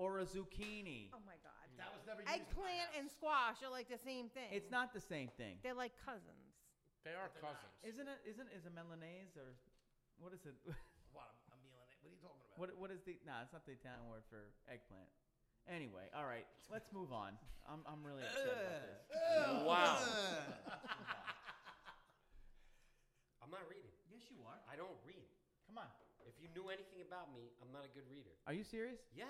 or a zucchini. Oh my God. That was never used. in my Eggplant and house. squash are like the same thing. It's not the same thing. They're like cousins. They are But they're not. cousins. Isn't it? Isn't is a Milanese or what is it? What? I'm, I'm yelling at- What are you talking about? what what is the? Nah, it's not the Italian word for eggplant. Anyway, all right, let's move on. I'm I'm really upset about this. Wow. Wow. I'm not reading. Yes, you are. I don't read. Come on. If you knew anything about me, I'm not a good reader. Are you serious? Yeah.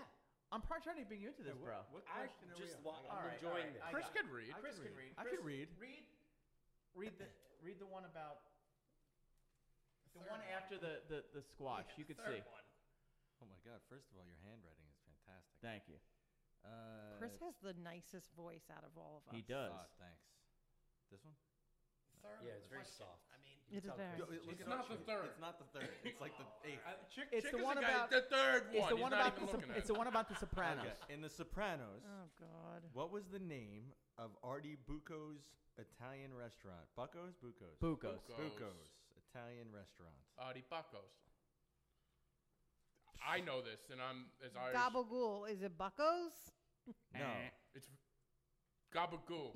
I'm pro- trying to bring you into this, bro. What I question are just we wa- on? All I'm right, all enjoying right, this. I Chris got it. could read. I Chris can can read. I Chris, could read. Read. Read the read the one about the Third one after the the the squash. you Yeah, could see. third one. Oh my God! First of all, your handwriting is fantastic. Thank you. Uh, Chris has the nicest voice out of all of us. He does. oh, thanks. This one? Third Yeah, it's very question. soft. I mean, It You can is tell Chris very- is Yo, just- look It's at not the third. It's not the third. It's like the eighth. Uh, Chick, It's Chick the is guy- one about- the third one. It's the He's one not about even the looking Sopra- at it's it. the one about the Sopranos. Okay, In The Sopranos, Oh God. what was the name of Artie Bucco's Italian restaurant? Bucco's? Bucco's. Bucos. Bucos. Bucco's Italian restaurant. Uh, the Buccos. I know this, and I'm as Irish. Gabagool. Is it Buckos? No. It's Gabagool,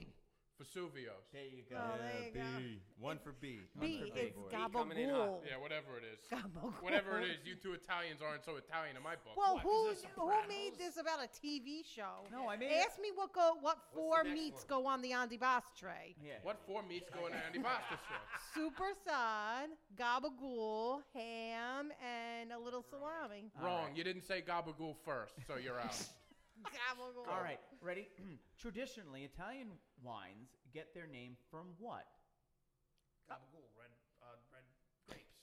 Vesuvios. There you go. Oh, there you go. B. One for B. One B. for B, It's boys. coming in hot. Gabagool. Yeah, whatever it is. Gabagool. Whatever it is, you two Italians aren't so Italian in my book. Well, What, 'cause who of The who made Sopranos? this about a TV show? No, I made it- Ask me what go what the four next meats one? go on the Andibas tray. Yeah. What four meats go in an antipasta show? Super sod, gabagool, ham, and a little salami. All Wrong. right. You didn't say gabagool first, so you're out. Gabagool. All right. Ready? Traditionally, Italian wines get their name from what? Gabagool, red, uh, red grapes.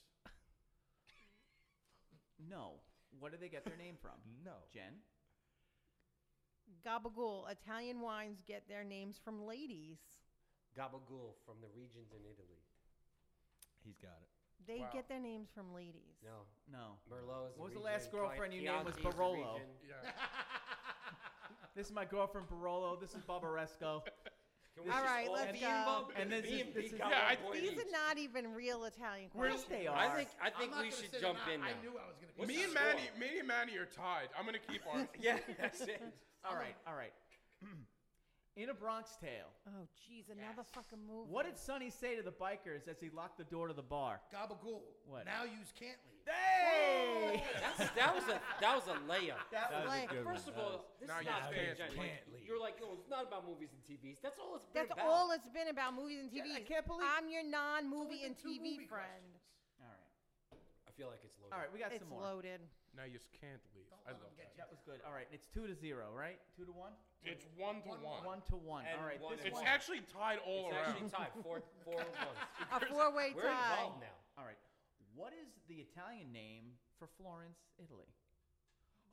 No. What do they get their name from? No. Jen. Gabagool. Italian wines get their names from ladies. Gabagool from the regions in Italy. He's got it. They Wow. get their names from ladies. No, No. Merlot What Cabela's. was the Region, last girlfriend you Chianti- named was Chianti's the Barolo? Region. Yeah. This is my girlfriend Barolo. This is Barbaresco. Can we All just right, let's be go. involved? And this is- B&B this is- got Yeah, one I- point These each. are not even real Italian Where's questions. they I are. think I I'm think not we gonna should say jump not. in now. I knew I was going to be. What's Me the and score? Manny, me and Manny are tied. I'm gonna keep ours. Yeah, that's it. All right, all right. In a Bronx Tale, Oh, jeez, another fucking movie. what did Sonny say to the bikers as he locked the door to the bar? Gabagool. What? Now use can't leave. Hey! That's, that was a that was a layup. That That was- was a like- good First of one. That all, was- this Now is you not fair, can't Jenny. leave. Like, You're like, oh, it's not about movies and TVs. That's all it's been That's about. all it's been about movies and TV. I can't believe- I'm your non-movie Only and been two TV movie friend. questions. all right, I feel like it's loaded. all right. We got It's some more. loaded. Now you just can't leave. Don't I let 'em love get that. you. That was good. All right, it's two to zero, right? Two to one. It's one to one. One to one. And all right, one this and It's one. actually tied all It's actually around. tied four four ones. A four-way We're tie. involved now. all right. What is the Italian name for Florence, Italy?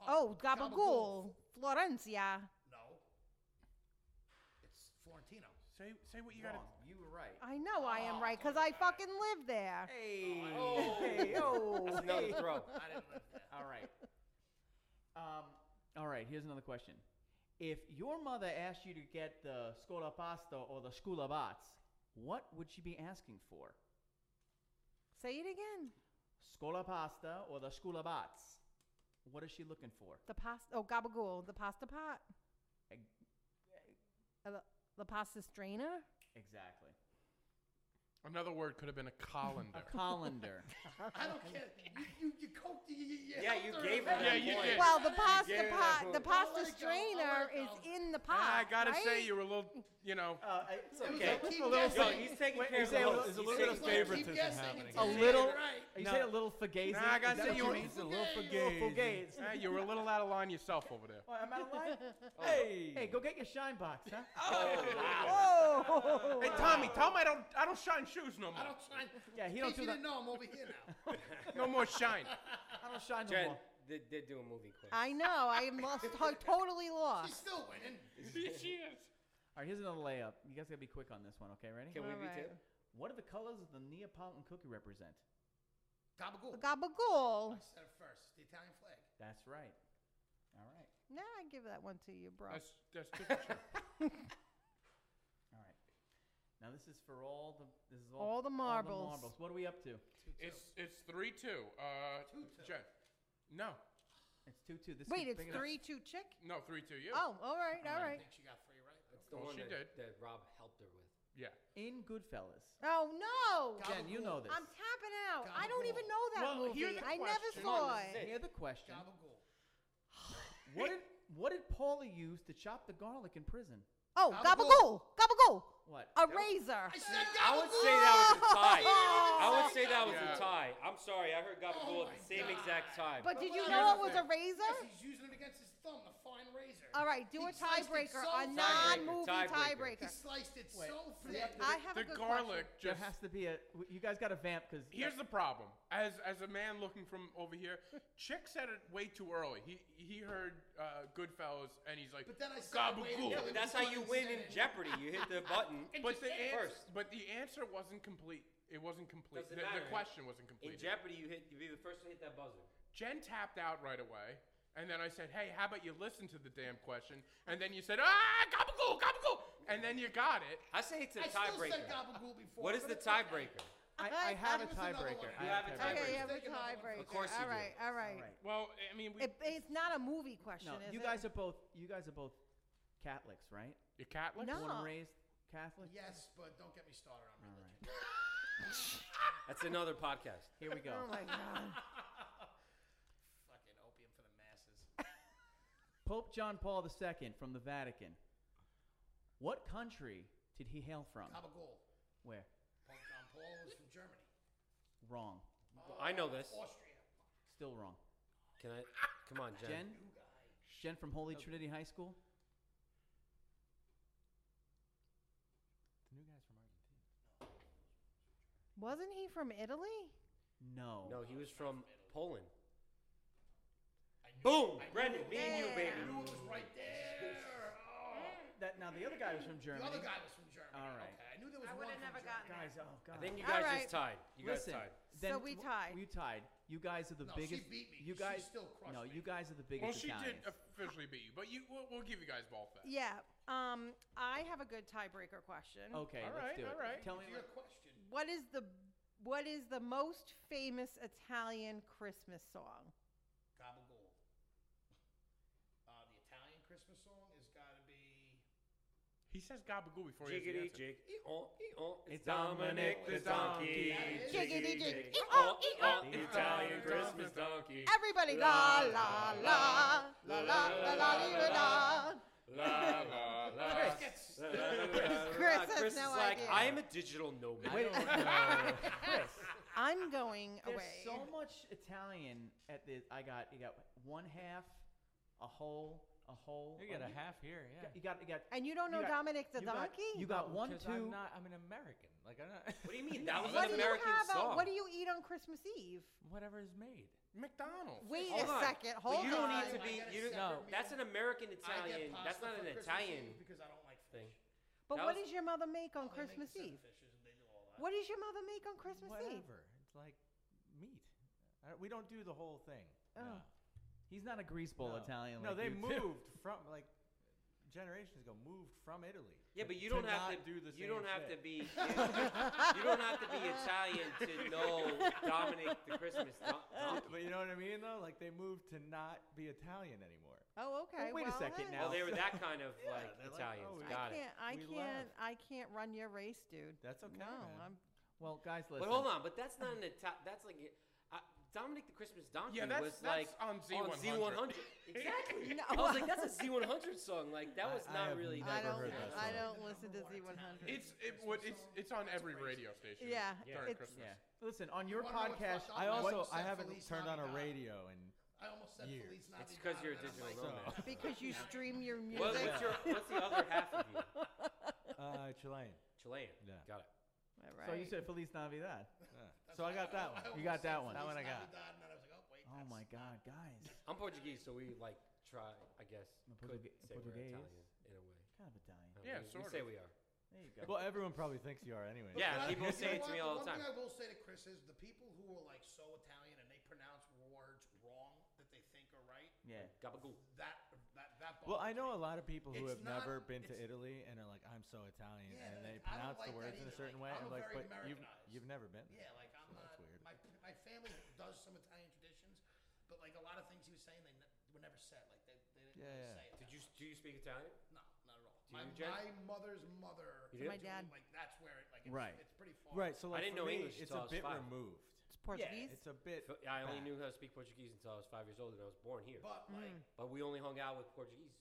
Oh, Gabagool, Florencia. No. It's Florentino. Say, say what you Wrong. gotta. You were right. I know I am right because I fucking live there. Hey. Oh. Hey. Oh. It's another hey. throw. I didn't live there. All right. Um, all right. Here's another question. If your mother asked you to get the scola pasta or the scola bats, what would she be asking for? Say it again. Scola pasta or the scola bats? What is she looking for? The pasta. Oh, Gabagool, the pasta pot. Egg- Uh, the, the pasta strainer. Exactly. Another word could have been a A colander. colander. I don't care. You, you, you coked. You, you, you Yeah, helped you her gave out. her Yeah, that you point. did. Oh, Well, the gave pasta her that pot. The pasta point. I'll let it go, I'll let strainer it is go. in the pot. Ah, I gotta say, right? you're a little, you know. uh, I- it's was okay. a keep A little, Yo, guessing. fa- Wait, he's taking wait, care you of say a the little- host. there's a He's little bit of taking care Let's keep favoritism guessing happening. until A you get it little- right. you say a little fugazi. Nah, I gotta say Is that what you were- mean? He's a little Little fugazi. fugazi. eh, you were a little out of line yourself over there. Oh, am I lying? Hey. Hey, go get your shine box, huh? Whoa! Hey, Tommy, tell him I don't, I don't shine shoes no I more. don't shine. Yeah, he don't In case do that. you didn't know I'm over here now. No more shine. I don't shine no Jen, more. they did do a movie quiz. I know. I am lost, to- totally She's lost. still winning. she is. All right, here's another layup. You guys gotta be quick on this one, okay? Ready? Can we be Alright. too? What do the colors of the Neapolitan cookie represent? Gabagool. I Gabagool. said it first. The Italian flag. That's right. All right. Nah, I give that one to you, bro. That's that's different. All right. Now this is for all the this is All all, the marbles. marbles. What are we up to? Two, two. It's it's three two. Uh, Two-two. Jen. No, It's two two. This Wait, is it's big enough. three two chick. no three two. You. Oh, all right, all I right. think she got three right. It's the Well, one she that, did. that Rob helped her with. Yeah. in Goodfellas. Oh no! Gabagool. Jen, you know this. I'm tapping out. I Gabagool. don't even know that Well, movie. here's the I never question. saw This is it. it. Hear the question. Gabagool. What did what did Paula use to chop the garlic in prison? Oh, Gabagool. gabagool, gabagool, What? a razor. I said I would say Gabagool. that was a tie. I Oh. would say that was Yeah. a tie. I'm sorry, I heard Gabagool Oh at my the same God. exact time. But did you Here's know it the was a thing. razor? Yes, he's using it against his thumb, the fine razor. All right, do He a sliced it tiebreaker, so a thin. non-movie Tiebreaker, He tiebreaker. sliced it Wait, so we thin. have to- I have the a good garlic There just. has to be a. w- You guys got to vamp because Here's the problem. As as a man looking from over here, Chick said it way too early. He he heard uh, Goodfellas and he's like, But then I said, wait, Gabagool. yeah, yeah, but that's how you win in Jeopardy. You hit the button. But the said it answer, first. but the answer wasn't complete. It wasn't complete. Doesn't the, the matter. question wasn't In complete. Jeopardy, you hit. You be the first to hit that buzzer. Jen tapped out right away, and then I said, "Hey, how about you listen to the damn question?" And then you said, "Ah, Gabagool, Gabagool," and then you got it. I say it's a I still said tiebreaker. Gabagool before. What is but the it's okay. tiebreaker? I, I have a Here's another tiebreaker. one. I You have have a a tiebreaker. Okay, you have a Take another one. tiebreaker. Of course you All do. right, all All right. right. Well, I mean, we, It, it's not a movie question, No, is you it? guys are both. You guys are both Catholics, right? you Catholic. No. Born and raised Catholic. Yes, but don't get me started on All religion. right. That's another podcast. Here we go. Oh my god. Fucking opium for the masses. Pope John Paul II from the Vatican. What country did he hail from? Gabagool. Where? Pope John Paul was from Germany. Wrong. I know this. Austria. Still wrong. Can I? Come on, Jen. Jen? Jen from Holy Trinity High School? The new guys from Argentina. Wasn't he from Italy? No. No, he was from Poland. Boom, Brendan, me and you, baby. I knew it was right there. Oh. That, now, the other guy was from Germany. The other guy was from Germany. All right. Okay, I knew there was I one would've from never Germany. gotten Guys, oh, God. I think you All guys right. just tied. You guys Listen, tied. then So we wh- tied. You tied. You guys are the No, she biggest. beat me. You She guys still crushed No, me. you guys are the biggest. Well, she did Italians. officially beat you, but you we'll, we'll give you guys ball facts. Yeah. Um, I have a good tiebreaker question. Okay, All let's right, do it. all right. Tell me. To your question, What is the what is the most famous Italian Christmas song? Gabagool. Uh, the Italian Christmas song has got to be. He says gabagool before he has the Jiggity answer. jig. Ee-oh, ee-oh. It's E It's Dominic the donkey. That is- Jiggity E jig. Ee-oh, ee-oh. It's The Oh, Italian Dominic Christmas donkey. Everybody la la La, la la la la, la la la la. La la la. Chris gets. La, la, la, la, la, Chris la. has Uh, Chris is no like, idea. I am a digital nomad. Wait, I'm going There's away. so much Italian at the. I got you got one half, a whole, a whole. You got uh, a half here, yeah. You got you got. and you don't you know got- Dominic the you got- Donkey? you got one, Because 2 I'm not. I'm an American. Like I'm not. What do you mean? That was what an do American you have song. On, what do you eat on Christmas Eve? Whatever is made. McDonald's. Wait Hold a on. second. But Hold you don't on. need to I be. get a You don't, separate meal. That's an American I get Italian. pasta That's not for an Christmas Italian Eve because I don't like thing. fish. but that what does was- your mother make on They make Christmas Eve? sunfishes and they do all that. What does your mother make on Christmas Eve? Whatever. It's like meat. I, we don't do the whole thing. Oh. No. He's not a greaseball No. Italian. No, like they you do. moved from like generations ago. Moved from Italy. Yeah, to- but you don't have not to do the You same don't have shit. to be. You don't have to be Italian to know Dominic the Christmas don- donkey. But you know what I mean, though. Like they moved to not be Italian anymore. Oh, okay. wait a well, second hey. now. Well, they were that kind of Yeah, like they're like, Italians. oh, we- I Got it. can't. I We can't. I can't run your race, dude. That's okay, No, man. I'm. Well, guys, listen. But hold on. But that's not an Italian. That's like uh, Dominic the Christmas donkey Yeah, that's- was that's like on On Z100. Z100. exactly. No. I was like, that's a Z100 song. Like that I- was I not have really. never I don't. heard that I song. don't The listen to number one Z100. Italian It's it would Christmas it's it's on song. That's every crazy. radio station. Yeah, during it's- Christmas. Yeah. Listen, on your wanna know what's podcast, fucked up? I I also once I said haven't Feliz turned on a Navidad. radio and I almost said Years. Feliz Navidad. It's because you're a and I'm digital like, nomad. because you stream your music. What- what's your what's the other half of you? uh, Chilean. Chilean. Yeah. Got it. All So right. you said Feliz Navidad. Yeah. That's So why I got that one. I You got almost said that one. That Feliz one I got. Navidad, and then I was like, oh, wait, Oh that's- my God, guys. I'm Portuguese, so we like try. I guess I'm could Portugui- say we're Portuguese. Italian in a way. Kind of Italian. Uh, Yeah, we, sort we say of. we are. There you go. Well, everyone probably thinks you are anyway. Yeah, But I- people you say know it to me what? all the time. One thing I will say to Chris is the people who are like so Italian and they pronounce words wrong that they think are right. yeah. Gabagool. That that that. Well, I bothers know me. a lot of people who It's have not- never been to it's- Italy and are like, "I'm so Italian," Yeah, and they I don't pronounce like the that words in a either. certain Like, way. I'm and like, very but you've Americanized. you've never been. there." Yeah, like I'm So not. that's weird. My my family does some Italian traditions, but like a lot of things he was saying, they ne- were never said. Like they, they didn't Yeah, really yeah. say. It Did that you way. do you speak Italian? No, not at Do all. My, you, Jen? my mother's mother. You do? My dad. Like that's where it. Like it's, Right. It's pretty far. Right. So like didn't know for me, English it's until I a was bit five. removed. It's Portuguese. It's a bit. F- I only back. knew how to speak Portuguese until I was five years old, and I was born here. But Mm. like, But we only hung out with Portuguese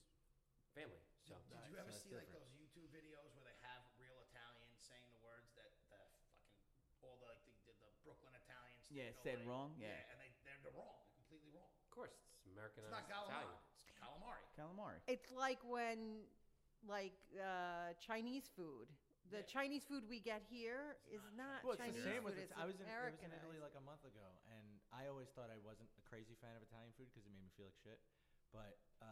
family. So did Right, you so ever that's see like different. those YouTube videos where they have real Italians saying the words that the fucking all the like the, the, the Brooklyn Italians? Yeah, think are said right? wrong, yeah. and they they're, they're wrong. They're completely wrong. of course it's American. It's not Italian. calamari. It's calamari. Calamari. It's like when, like uh, Chinese food. The Yeah. Chinese food we get here is not Well, it's Chinese the same food. with it's It- I was in I was in Americanized. Italy like a month ago, and I always thought I wasn't a crazy fan of Italian food because it made me feel like shit. But uh,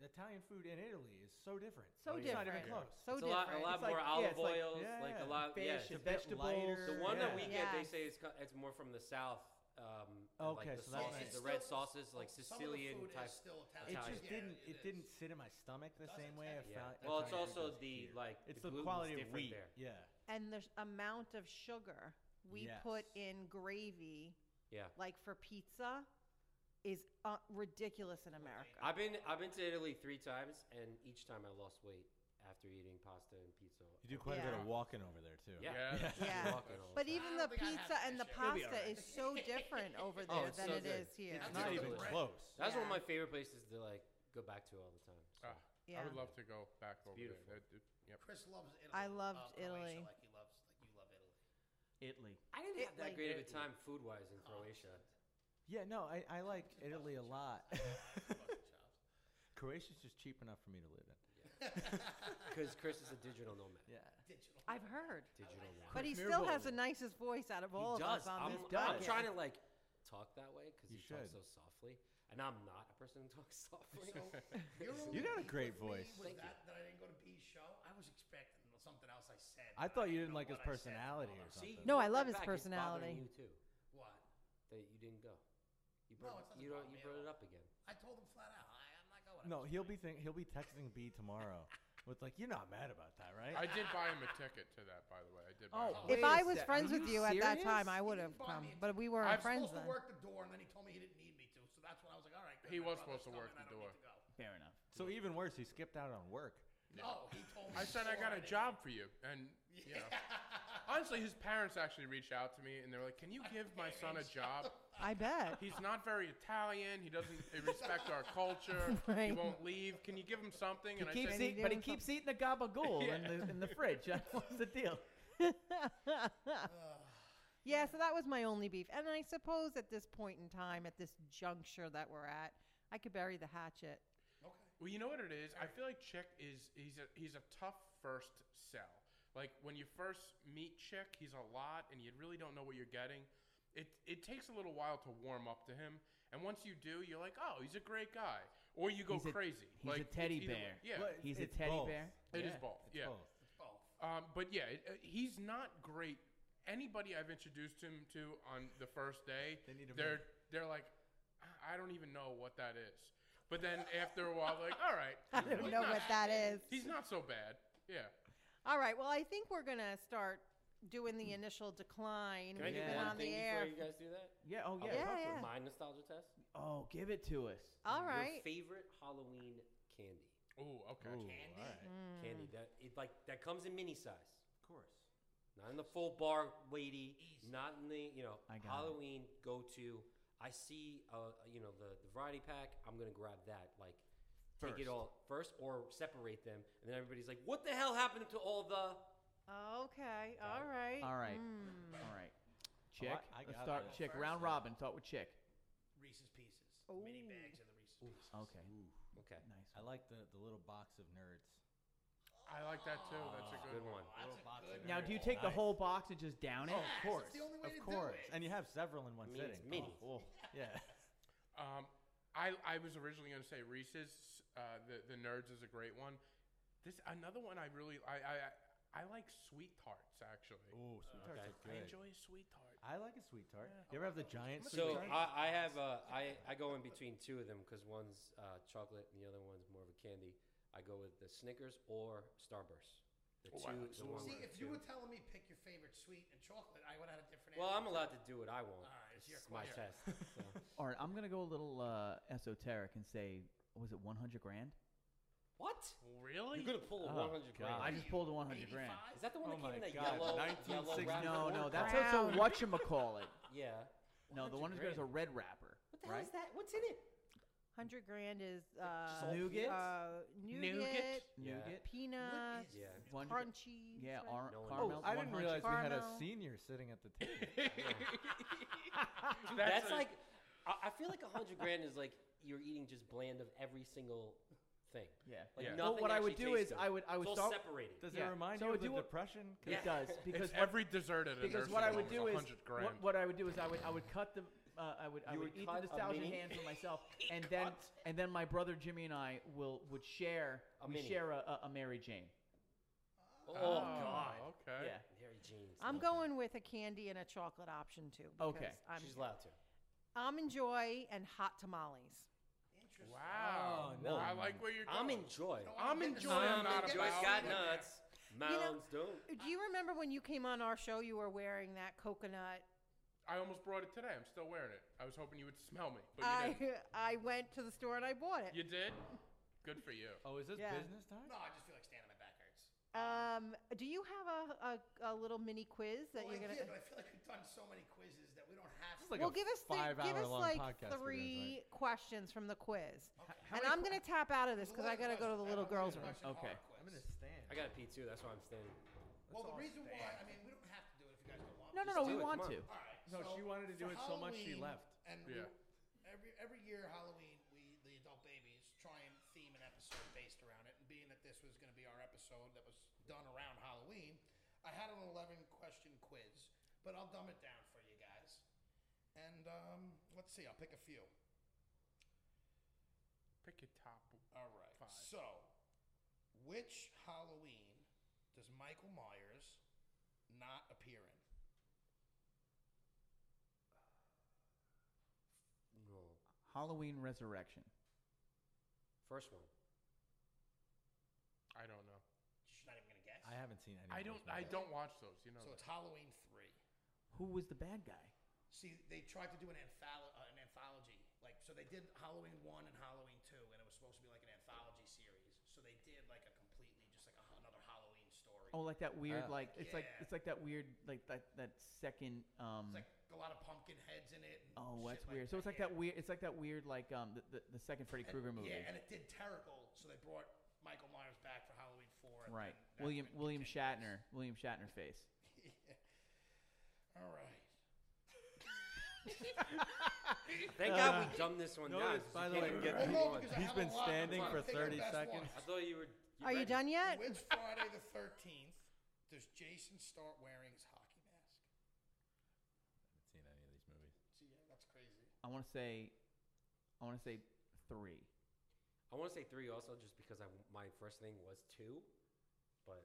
the Italian food in Italy is so different. So It's not even different. close. So it's a lot, different. a lot It's like- more yeah, olive it's like- oils, like yeah, a lot. Fish yeah, and It's a bit vegetables. lighter. The one that we get, Yes. they say, is co- it's more from the south. Um, and, Okay, like the so that's sauces, nice. the red Still- sauces, like some of the Sicilian food is type. still it Italian. Italian. just Yeah, didn't it, is. didn't sit in my stomach the Doesn't same way. I taste- Yeah. felt Well, it's Italian food also does the here. like it's the, the, gluten's quality of different wheat. there. Yeah, and the s- amount of sugar we put Yes. in gravy, Yeah. like for pizza, is uh, ridiculous in America. I've been I've been to Italy three times, and each time I lost weight after eating pasta and pizza. you do quite a bit Yeah. of walking over there too. Yeah. Yeah. Just Yeah. walking all the But time. even I the don't think I pizza have and the that shit. pasta It'll be all is so different over Oh, there it's than so it good. is here. It's That's not just even the bread. close. That's one of Yeah. my favorite places to like go back to all the time. So. Ah, yeah. I would love to go back over beautiful. there. That- it- yep. Chris loves Italy. I loved Uh, Croatia, Italy. Like he loves, like you love Italy. Italy. I didn't It- have that like- great of a time food wise in Croatia. Yeah, no, I, I like Italy a lot. Fucking chops. Croatia's just cheap enough for me to live in. Because Chris is a digital nomad. Yeah. Digital. I've heard. Digital nomad. But he Chris still has Miraboli. the nicest voice out of He all of us does. on I'm, this I'm podcast. trying to like talk that way because You he talks should. so softly, and I'm not a person who talks softly. So, your only You beef got a great with me voice. Was Thank you. that that I didn't go to B's show? I was expecting something else. I said. I but thought you don't know didn't like his what I said. personality or Hold something. No, you I brought love that his back. It's bothering personality. You too. on. What? that you didn't go. You No, brought, it's not you, the don't, problem you at brought it all. up again. I told him flat out, I, I'm not going. No, he'll be think, he'll be texting B tomorrow with like, "You're not mad about that, right?" I did buy him a ticket to that, by the way. I did. Buy Oh, him. wait If a I was sec, friends are with you you at that time, serious? I would have bought come, me a but we weren't I'm friends supposed then. to work the door, and then he told me he didn't need me to, so that's when I was like, all right. good, He my was supposed brother's to work coming, I the don't need door. to go." Fair enough. so even worse, he skipped out on work. No, he told me. I said I before got a didn't job for you, and need- you know. Yeah. Honestly, his parents actually reached out to me and they were like, "Can you give my son a job? I bet. He's not very Italian. He doesn't respect our culture. He Right. won't leave. Can you give him something?" And I keeps said, he eat, but he doing keeps eating the gabagool in, the, in the fridge. What's the deal? yeah, so that was my only beef. And I suppose at this point in time, at this juncture that we're at, I could bury the hatchet. okay. Well, you know what it is. I feel like Chick is he's a he's a tough first sell. Like when you first meet Chick, he's a lot, and you really don't know what you're getting. It it takes a little while to warm up to him, and once you do, you're like, oh, he's a great guy, or you go He's a- crazy. he's a like, it's teddy either way. bear. Yeah, Well, He's a it's teddy both. bear. it is Yeah. both. It's yeah, both. It's both. Um, but yeah, it, uh, he's not great. Anybody I've introduced him to on the first day, They need a they're they're like, "I- I don't even know what that is. But then after a while, like, all right, I don't he's know not- what that is. He's not so bad. Yeah. All right, well, I think we're going to start doing the initial decline. Can I I do We've Yeah. do been one on the thing air. before you guys do that? Yeah. Oh Uh, yeah. Yeah, talk yeah. Um, about My nostalgia test. Oh, give it to us. All right. Your favorite Halloween candy. Oh, okay. Ooh, Candy? all right. Hmm. Candy that it like that comes in mini size. Of course. Not in the full bar weighty. Not in the you know I got it. Halloween go to. I see uh you know the, the variety pack. I'm gonna grab that like take First. it all first or separate them and then everybody's like, what the hell happened to all the? Okay, Got all it. right. All right. Mm. All right. Chick. I Let's got start it. with Chick. First Round one. robin. Start with Chick. Reese's Pieces. Oh. Ooh. Mini bags of the Reese's Pieces. Okay. Okay, Nice. I like the, the little box of nerds. I like that too. That's a Good good, one. one. That's a Little box good of Now, do you nerds. take the Nice. whole box and just down it? Yes, it's of course, the only way to of do course, it. and you have several in one Means sitting. mini. Oh, oh, yeah. Um, I I was originally going to say Reese's. Uh, the the Nerds is a great one. This another one I really I I I, I like sweet tarts actually. Oh, sweet Okay. tarts I are good. enjoy a sweet tart. I like a sweet tart. You ever have the giant sweet so tart? I, I have uh, I I go in between two of them because one's uh, chocolate and the other one's more of a candy. I go with the Snickers or Starburst. The Oh, I two. like the one with See, the if two. you were telling me pick your favorite sweet and chocolate, I would have had a different Well, I'm answer. allowed to do what I want. Alright, it's your It's my question. test. so. All right. I'm gonna go a little uh, esoteric and say, was it 100 grand? What? Really? You're gonna pull a Oh, 100 God. I grand? just pulled a 100 grand. 85? Is that the one that Oh came in my that God, yellow, yellow 1960. wrapper? No, no. That's grand. also whatchamacallit. call it. yeah. No, the 100 one that's good is a red grand. wrapper. What the hell right? is that? What's in it? 100 grand is uh, all Nougat? Uh, nougat, Yeah. Nougat. peanuts, Yeah. One- crunchy. Yeah. right? Or- No one caramel. knows. Oh, I didn't 100. realize we had a Caramel. senior sitting at the table. that's That's, a- like, I, I feel like a 100 grand is like you're eating just bland of every single thing. Yeah. Like Yeah. Well, nothing what I would actually do is tastes good. I would I would it's all start. separated. Does Yeah. it remind So you of do the a- depression? 'Cause Yeah. It does because it's what- every dessert at a because nursing what I home would is do is 100 grand. what, what I would do is I would I would cut the uh, I would I You would, would eat cut the a nostalgia mini? hand for myself, and then and then my brother Jimmy and I will would share A we mini. share a, a, a Mary Jane. Oh, God. Okay. Yeah. Mary Jane's. I'm going with a candy and a chocolate option too. Okay. because I'm, She's allowed to. Almond Joy and hot tamales. Interesting. Wow. Oh, no. I like where you're going. Oh, I'm enjoyed. No, I'm getting enjoying some- I'm not getting enjoyed. about- some Got in there. nuts. Mounds know- don't. Do you remember when you came on our show? You were wearing that coconut. I almost brought it today. I'm still wearing it. I was hoping you would smell me, but you I didn't. I went to the store and I bought it. You did? Good for you. Oh, is this Yeah. business time? No, I just feel like standing on my back hurts. Um, do you have a, a, a little mini quiz that well, you're I gonna? did, but I feel like we've done so many quizzes that we don't have. This is like well, a give us the- five give us hour long like podcast. three questions from the quiz, and How many I'm gonna tap out of this because I gotta go to the little girls' room. Okay. I'm gonna stand. I got a pee too. That's why I'm standing. Well, the reason why, I mean, we don't have to do it if you guys don't want. No, to. no, no. do We it, want come to. on. All right. No, so she wanted to do for it so much she Halloween, left. And Yeah. we, every every year Halloween, we the adult babies try and theme an episode based around it. And being that this was going to be our episode that was done around Halloween, I had an eleven question quiz, but I'll dumb it down for you guys. And um, let's see, I'll pick a few. Pick your top. All right. Five. So, which Halloween does Michael Myers not appear in? Halloween Resurrection? First one. I don't know. She's not even gonna guess. I haven't seen any. I don't. of those I movies. don't watch those. You know. so that. it's Halloween three. Who was the bad guy? See, they tried to do an, antholo- uh, an anthology. Like, so they did Halloween one and Halloween two, and it was supposed to be like an anthology series. So they did like a completely just like a, h- another Halloween story. Oh, like that weird, Ah. like it's like Yeah. it's like that weird, like that that second. Um, It's like a lot of pumpkin heads in it. and oh, shit that's weird. so it's like yeah. that weird. It's like that weird, like um, the, the, the second Freddy And- Krueger movie. Yeah, and it did terrible. So they brought Michael Myers back for Halloween four. and right. then that William one William continues. Shatner. William Shatner face. Yeah. All right. Thank God Uh, we dumbed this one down. Notice, since by we the can't way, even get Well, through no, one. because I He's have been a lot. I'm standing trying for to pick your 30 best seconds. one. I thought you were. Are you ready. done yet? When's Friday the thirteenth? Does Jason start wearing his hockey mask? haven't seen any of these movies. See, yeah, that's crazy. I want to say, I want to say three. I want to say three also, just because I w- my first thing was two, but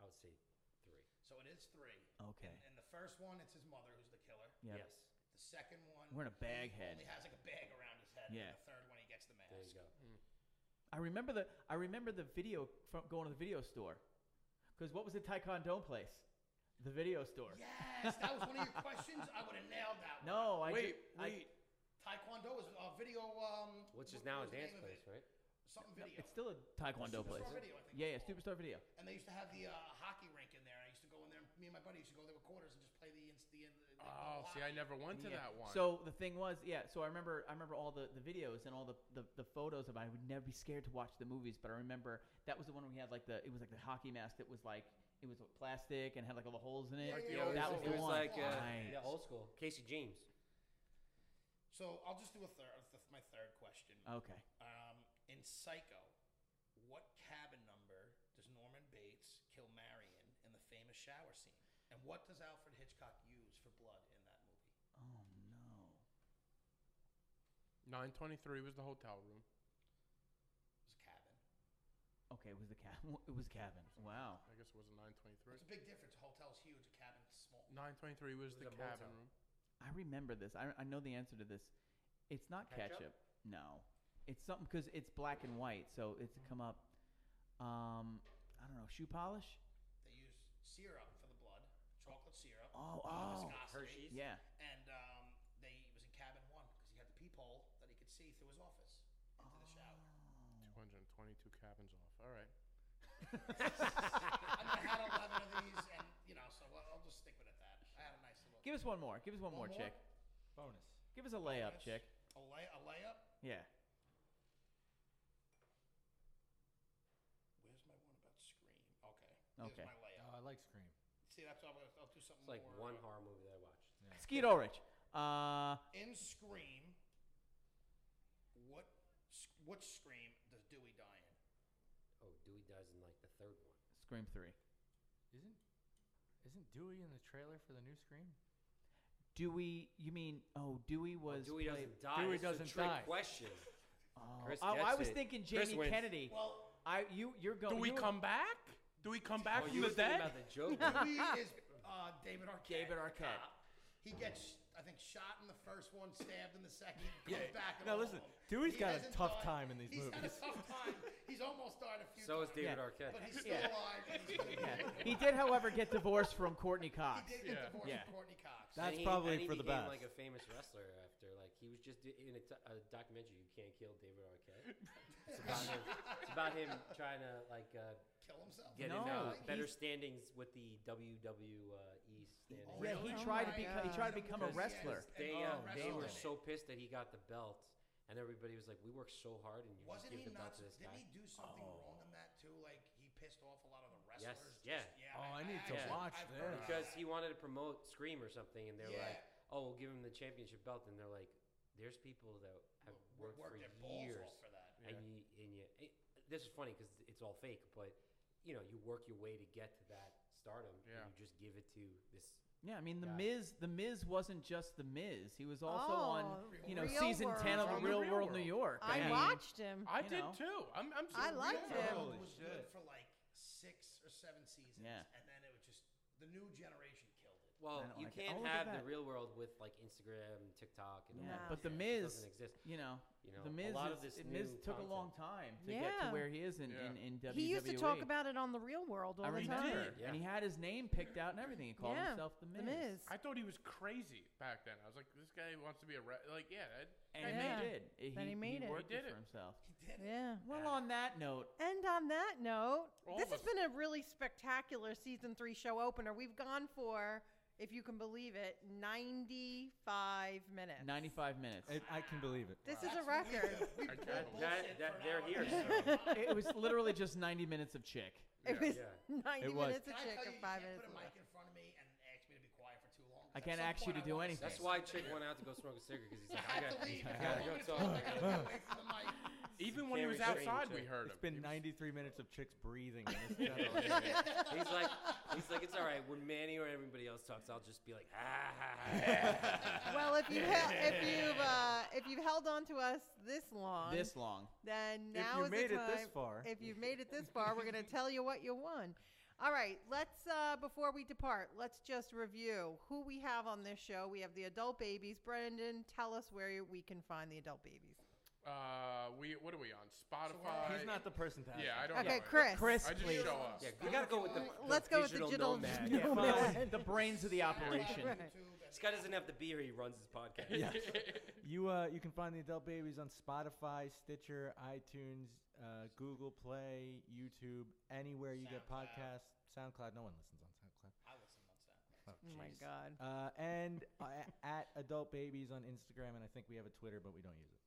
I would say three. So it is three. Okay. And, and the first one, it's his mother who's the killer. Yeah. Yes, The second one, We're in a bag he head. Only has like a bag around his head. Yeah. And the third one, he gets the mask. there you go. I remember the I remember the video from going to the video store, because what was the Taekwondo place? The video store. Yes, that was one of your questions. I would have nailed that. one. No, I ju- wait, wait. I- Taekwondo is a video. Um, Which is what- now a what was the dance name of place, it? right? Something no, video. it's still a Taekwondo Superstar place. Video, I think Yeah, yeah, it's called. Superstar Video. And they used to have the uh, hockey rink in there. I used to go in there. Me and my buddy used to go there with quarters and just play the. ins- the, E the, the Oh, see, I never went to Yeah. that one. So the thing was, yeah. So I remember, I remember all the, the videos and all the, the, the photos of. I would never be scared to watch the movies, but I remember that was the one we had like the it was like the hockey mask that was like it was plastic and had like all the holes in it. Yeah, Like the yeah, old that school. was it the was one. like uh, Right. yeah, old school. Casey James. So I'll just do a third. My third question. Oh. Okay. Um, in Psycho, what cabin number does Norman Bates kill Marion in the famous shower scene? And what does Alfred Hitchcock use for blood in that movie? Oh no. Nine twenty-three was the hotel room. It was cabin. Okay, it was the cabin. It was cabin. Wow. I guess it wasn't nine twenty-three. It's a big difference. A hotel's huge, a cabin's small. Nine twenty-three was Was the it a cabin motel? room. I remember this. I, I know the answer to this. It's not ketchup. Ketchup? No, it's something because it's black and white, so it's come up. Um, I don't know shoe polish. They use syrup for the blood, chocolate syrup. Oh, for the oh. viscosity. Hershey's? Yeah. And um, they it was in cabin one because he had the peephole that he could see through his office into the shower. Two hundred twenty-two cabins off. All right. I mean, I had eleven of these, and you know, so I'll, I'll just stick with it at that. I had a nice little. Give us one more. Give us one, One more, more? chick. Bonus. Give us a layup, That's chick. A, lay, a layup. Yeah. Where's my one about Scream? Okay. Here's Okay. my layup. Oh, I like Scream. See, that's what I'm gonna. I'll do something It's like one more. horror movie that I watched. Skeet Ulrich. Uh, In Scream, what s- what Scream does Dewey die in? Oh, Dewey dies in like the third one. Scream Three. Isn't isn't Dewey in the trailer for the new Scream? Dewey. You mean? Oh, Dewey Well, was. Dewey played- doesn't die. Dewey it's a doesn't trick die. Question. Oh, Chris oh, I gets was it. thinking Chris Jamie wins. Kennedy. Well, I you you're going. Do we you were- come back? Do we come back Oh, from you the were thinking dead? about the joke. Dewey is uh, David Arquette. David Arquette. cop. He gets, I think, shot in the first one, stabbed in the second. Comes Yeah. back. in No, all of listen, them. Dewey's He got a hasn't tough died- time in these he's movies. had a tough time. He's almost died a few so is times. David Yeah. Arquette. But he's still Yeah. alive. and he's good. Yeah. He did, however, get divorced from Courtney He Cox. did get Yeah. divorced Yeah. from Courtney Cox. That- That's And he- probably and he for the became, best. Like a famous wrestler after, like he was just d- in a, t- a documentary. You can't kill David Arquette. It's about him. It's about him trying to like uh, Kill himself. get No, in uh, better he's- standings with the WWE standings. Oh, Yeah, he really? Oh tried to my become. He God. tried to become a Because- wrestler. They Oh, uh, they wrestling. were so pissed that he got the belt, and everybody was like, "We worked so hard, and you Wasn't just he give the belt nuts? to this Didn't guy." Oh. he do something wrong in that too? Like he pissed off a lot of the wrestlers. just- yeah. yeah. Oh, I need to actually- watch I've this. heard about Because that. he wanted to promote Scream or something, and they're Yeah. like, "Oh, we'll give him the championship belt," and they're like, "There's people that have W- worked, worked their for balls years." off for that. and you and you it, this is funny because it's all fake but you know you work your way to get to that stardom Yeah. and you just give it to this Yeah, I mean the guy. Miz. The Miz wasn't just the Miz. He was also on, Oh, you know, Real season ten World. of the From the Real, Real World, New World. York. I mean, watched him. I You did know. too. I'm. I'm so I liked weird. him. Holy was good shit. for like six or seven seasons, Yeah. and then it was just the new generation killed it. Well, I don't you like it. Oh, can't look at have the that. real world with like Instagram, TikTok, and all Yeah. that But The shit. It Miz- doesn't exist. You know, You know, the Miz. a lot is- of this it- new Miz took a content. long time to get to Yeah. where he is in Yeah. in, in WWE. He used to talk about it on the real world all E. I the remember, time. Yeah. and he had his name picked out and everything. He called Yeah. himself the The Miz. Miz. I thought he was crazy back then. I was like, this guy wants to be a re- like, yeah, that, And Yeah. he did. He, Then he made it. He worked did for it. himself. He did it. Yeah. Well, on that note, And on that note, All this of has us. been a really spectacular season three show opener. We've gone for, if you can believe it, 95 minutes. 95 minutes. It, I can believe it. This is That's a record. weird. We I pulled can't believe bullshit it. for That- an they're hour here, and a so- half. it was literally just 90 minutes of chick. It Yeah. was Yeah. 90 It was. minutes of Can I chick tell and you, you five can't minutes. put a of mic in front of me and ask me to be quiet for too long. 'cause I at can't some ask you point to I do wanna anything. say That's why something. Chick went out to go smoke a cigarette because he's I like, have to gotta- leave. I If you gotta want go me to talk. talk, I gotta get away from the mic. even when he was Can't restrain outside, himself. we heard It's him. been He was- 93 minutes of chicks breathing in this general Yeah. area. He's like, he's like, it's all right. When Manny or everybody else talks, I'll just be like, ah. ha, ha." well, if you hel- if you've uh, if you've held on to us this long, This long. then If now you is made the it time. this far, If you've made it this far, we're going to tell you what you won. All right, let's uh, before we depart, let's just review who we have on this show. We have the adult babies. Brendan, tell us where you- we can find the adult babies. Uh, we what are we on Spotify? uh, he's not the person to ask. Yeah, I that. don't okay, know. Chris. Chris, I just please. show up. yeah, we gotta go with the. the L- let's go with the digital digital nomad. nomad. Yeah, Follow fine. the brains of the operation. Right. This guy doesn't have to be here. He runs his podcast. You uh, you can find the Adult Babies on Spotify, Stitcher, iTunes, uh, Google Play, YouTube, anywhere you get SoundCloud. podcasts. SoundCloud, no one listens on SoundCloud. I listen on SoundCloud. Oh, Oh my jeez. God. Uh, and uh, at Adult Babies on Instagram, and I think we have a Twitter, but we don't use it.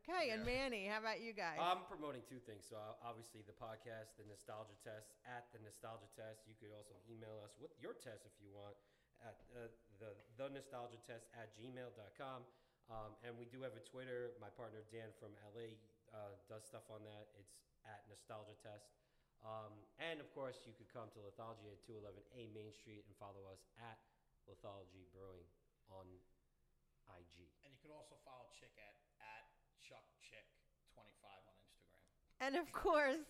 Okay, and Yeah. Manny, how about you guys? Uh, I'm promoting two things. So uh, obviously the podcast, the Nostalgia Test. At the Nostalgia Test, you could also email us with your test if you want at uh, the the Nostalgia Test at gmail.com. Um, and we do have a Twitter. My partner Dan from LA uh, does stuff on that. It's at Nostalgia Test. Um, and of course, you could come to Lithology at 211A Main Street and follow us at Lithology Brewing on IG. And you could also follow Chick at, at Chuck Chick 25 on Instagram. and of course,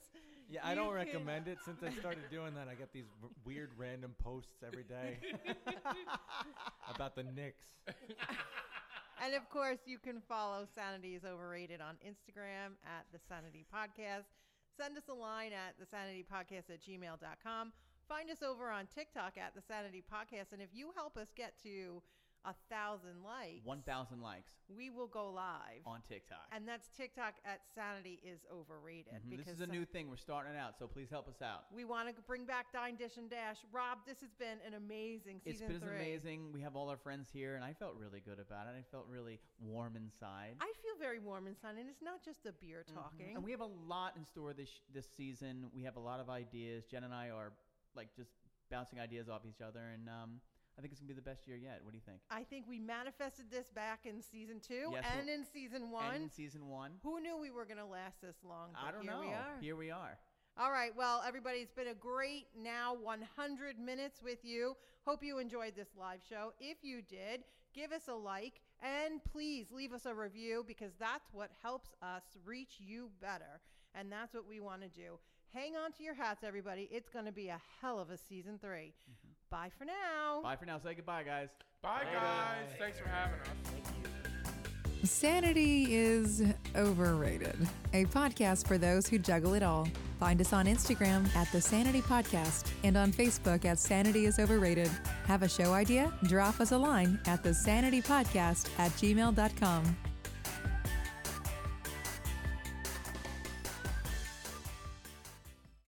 Yeah, I You don't can- recommend it. Since I started doing that, I get these w- weird random posts every day about the Knicks. and of course, you can follow Sanity is Overrated on Instagram at The Sanity Podcast. Send us a line at The Sanity Podcast at gmail.com. Find us over on TikTok at The Sanity Podcast. And if you help us get to a thousand likes, 1,000 likes we will go live. on TikTok. and that's TikTok at Sanity is Overrated. Mhm. Because This is a some- new thing. We're starting it out, so please help us out. We want to bring back Dine, Dish, and Dash. Rob, this has been an amazing It's season been three. amazing. We have all our friends here, and I felt really good about it. I felt really warm inside. I feel very warm and sun, and it's not just the beer Mm-hmm. talking. And we have a lot in store this this season. We have a lot of ideas. Jen and I are like just bouncing ideas off each other, and um, I think it's gonna be the best year yet. What do you think? I think we manifested this back in season two Yes, and in season one. And in season one, Who knew we were going to last this long? But I don't here know. We are. Here we are. All right. Well, everybody, it's been a great now 100 minutes with you. Hope you enjoyed this live show. If you did, give us a like and please leave us a review because that's what helps us reach you better. And that's what we want to do. Hang on to your hats, everybody. It's going to be a hell of a season 3 Mm-hmm. Bye for now. Bye for now. Say goodbye, guys. Bye, guys. Thanks for having us. Sanity is overrated. A podcast for those who juggle it all. Find us on Instagram at The Sanity Podcast and on Facebook at Sanity is Overrated. Have a show idea? Drop us a line at The Sanity Podcast at gmail.com.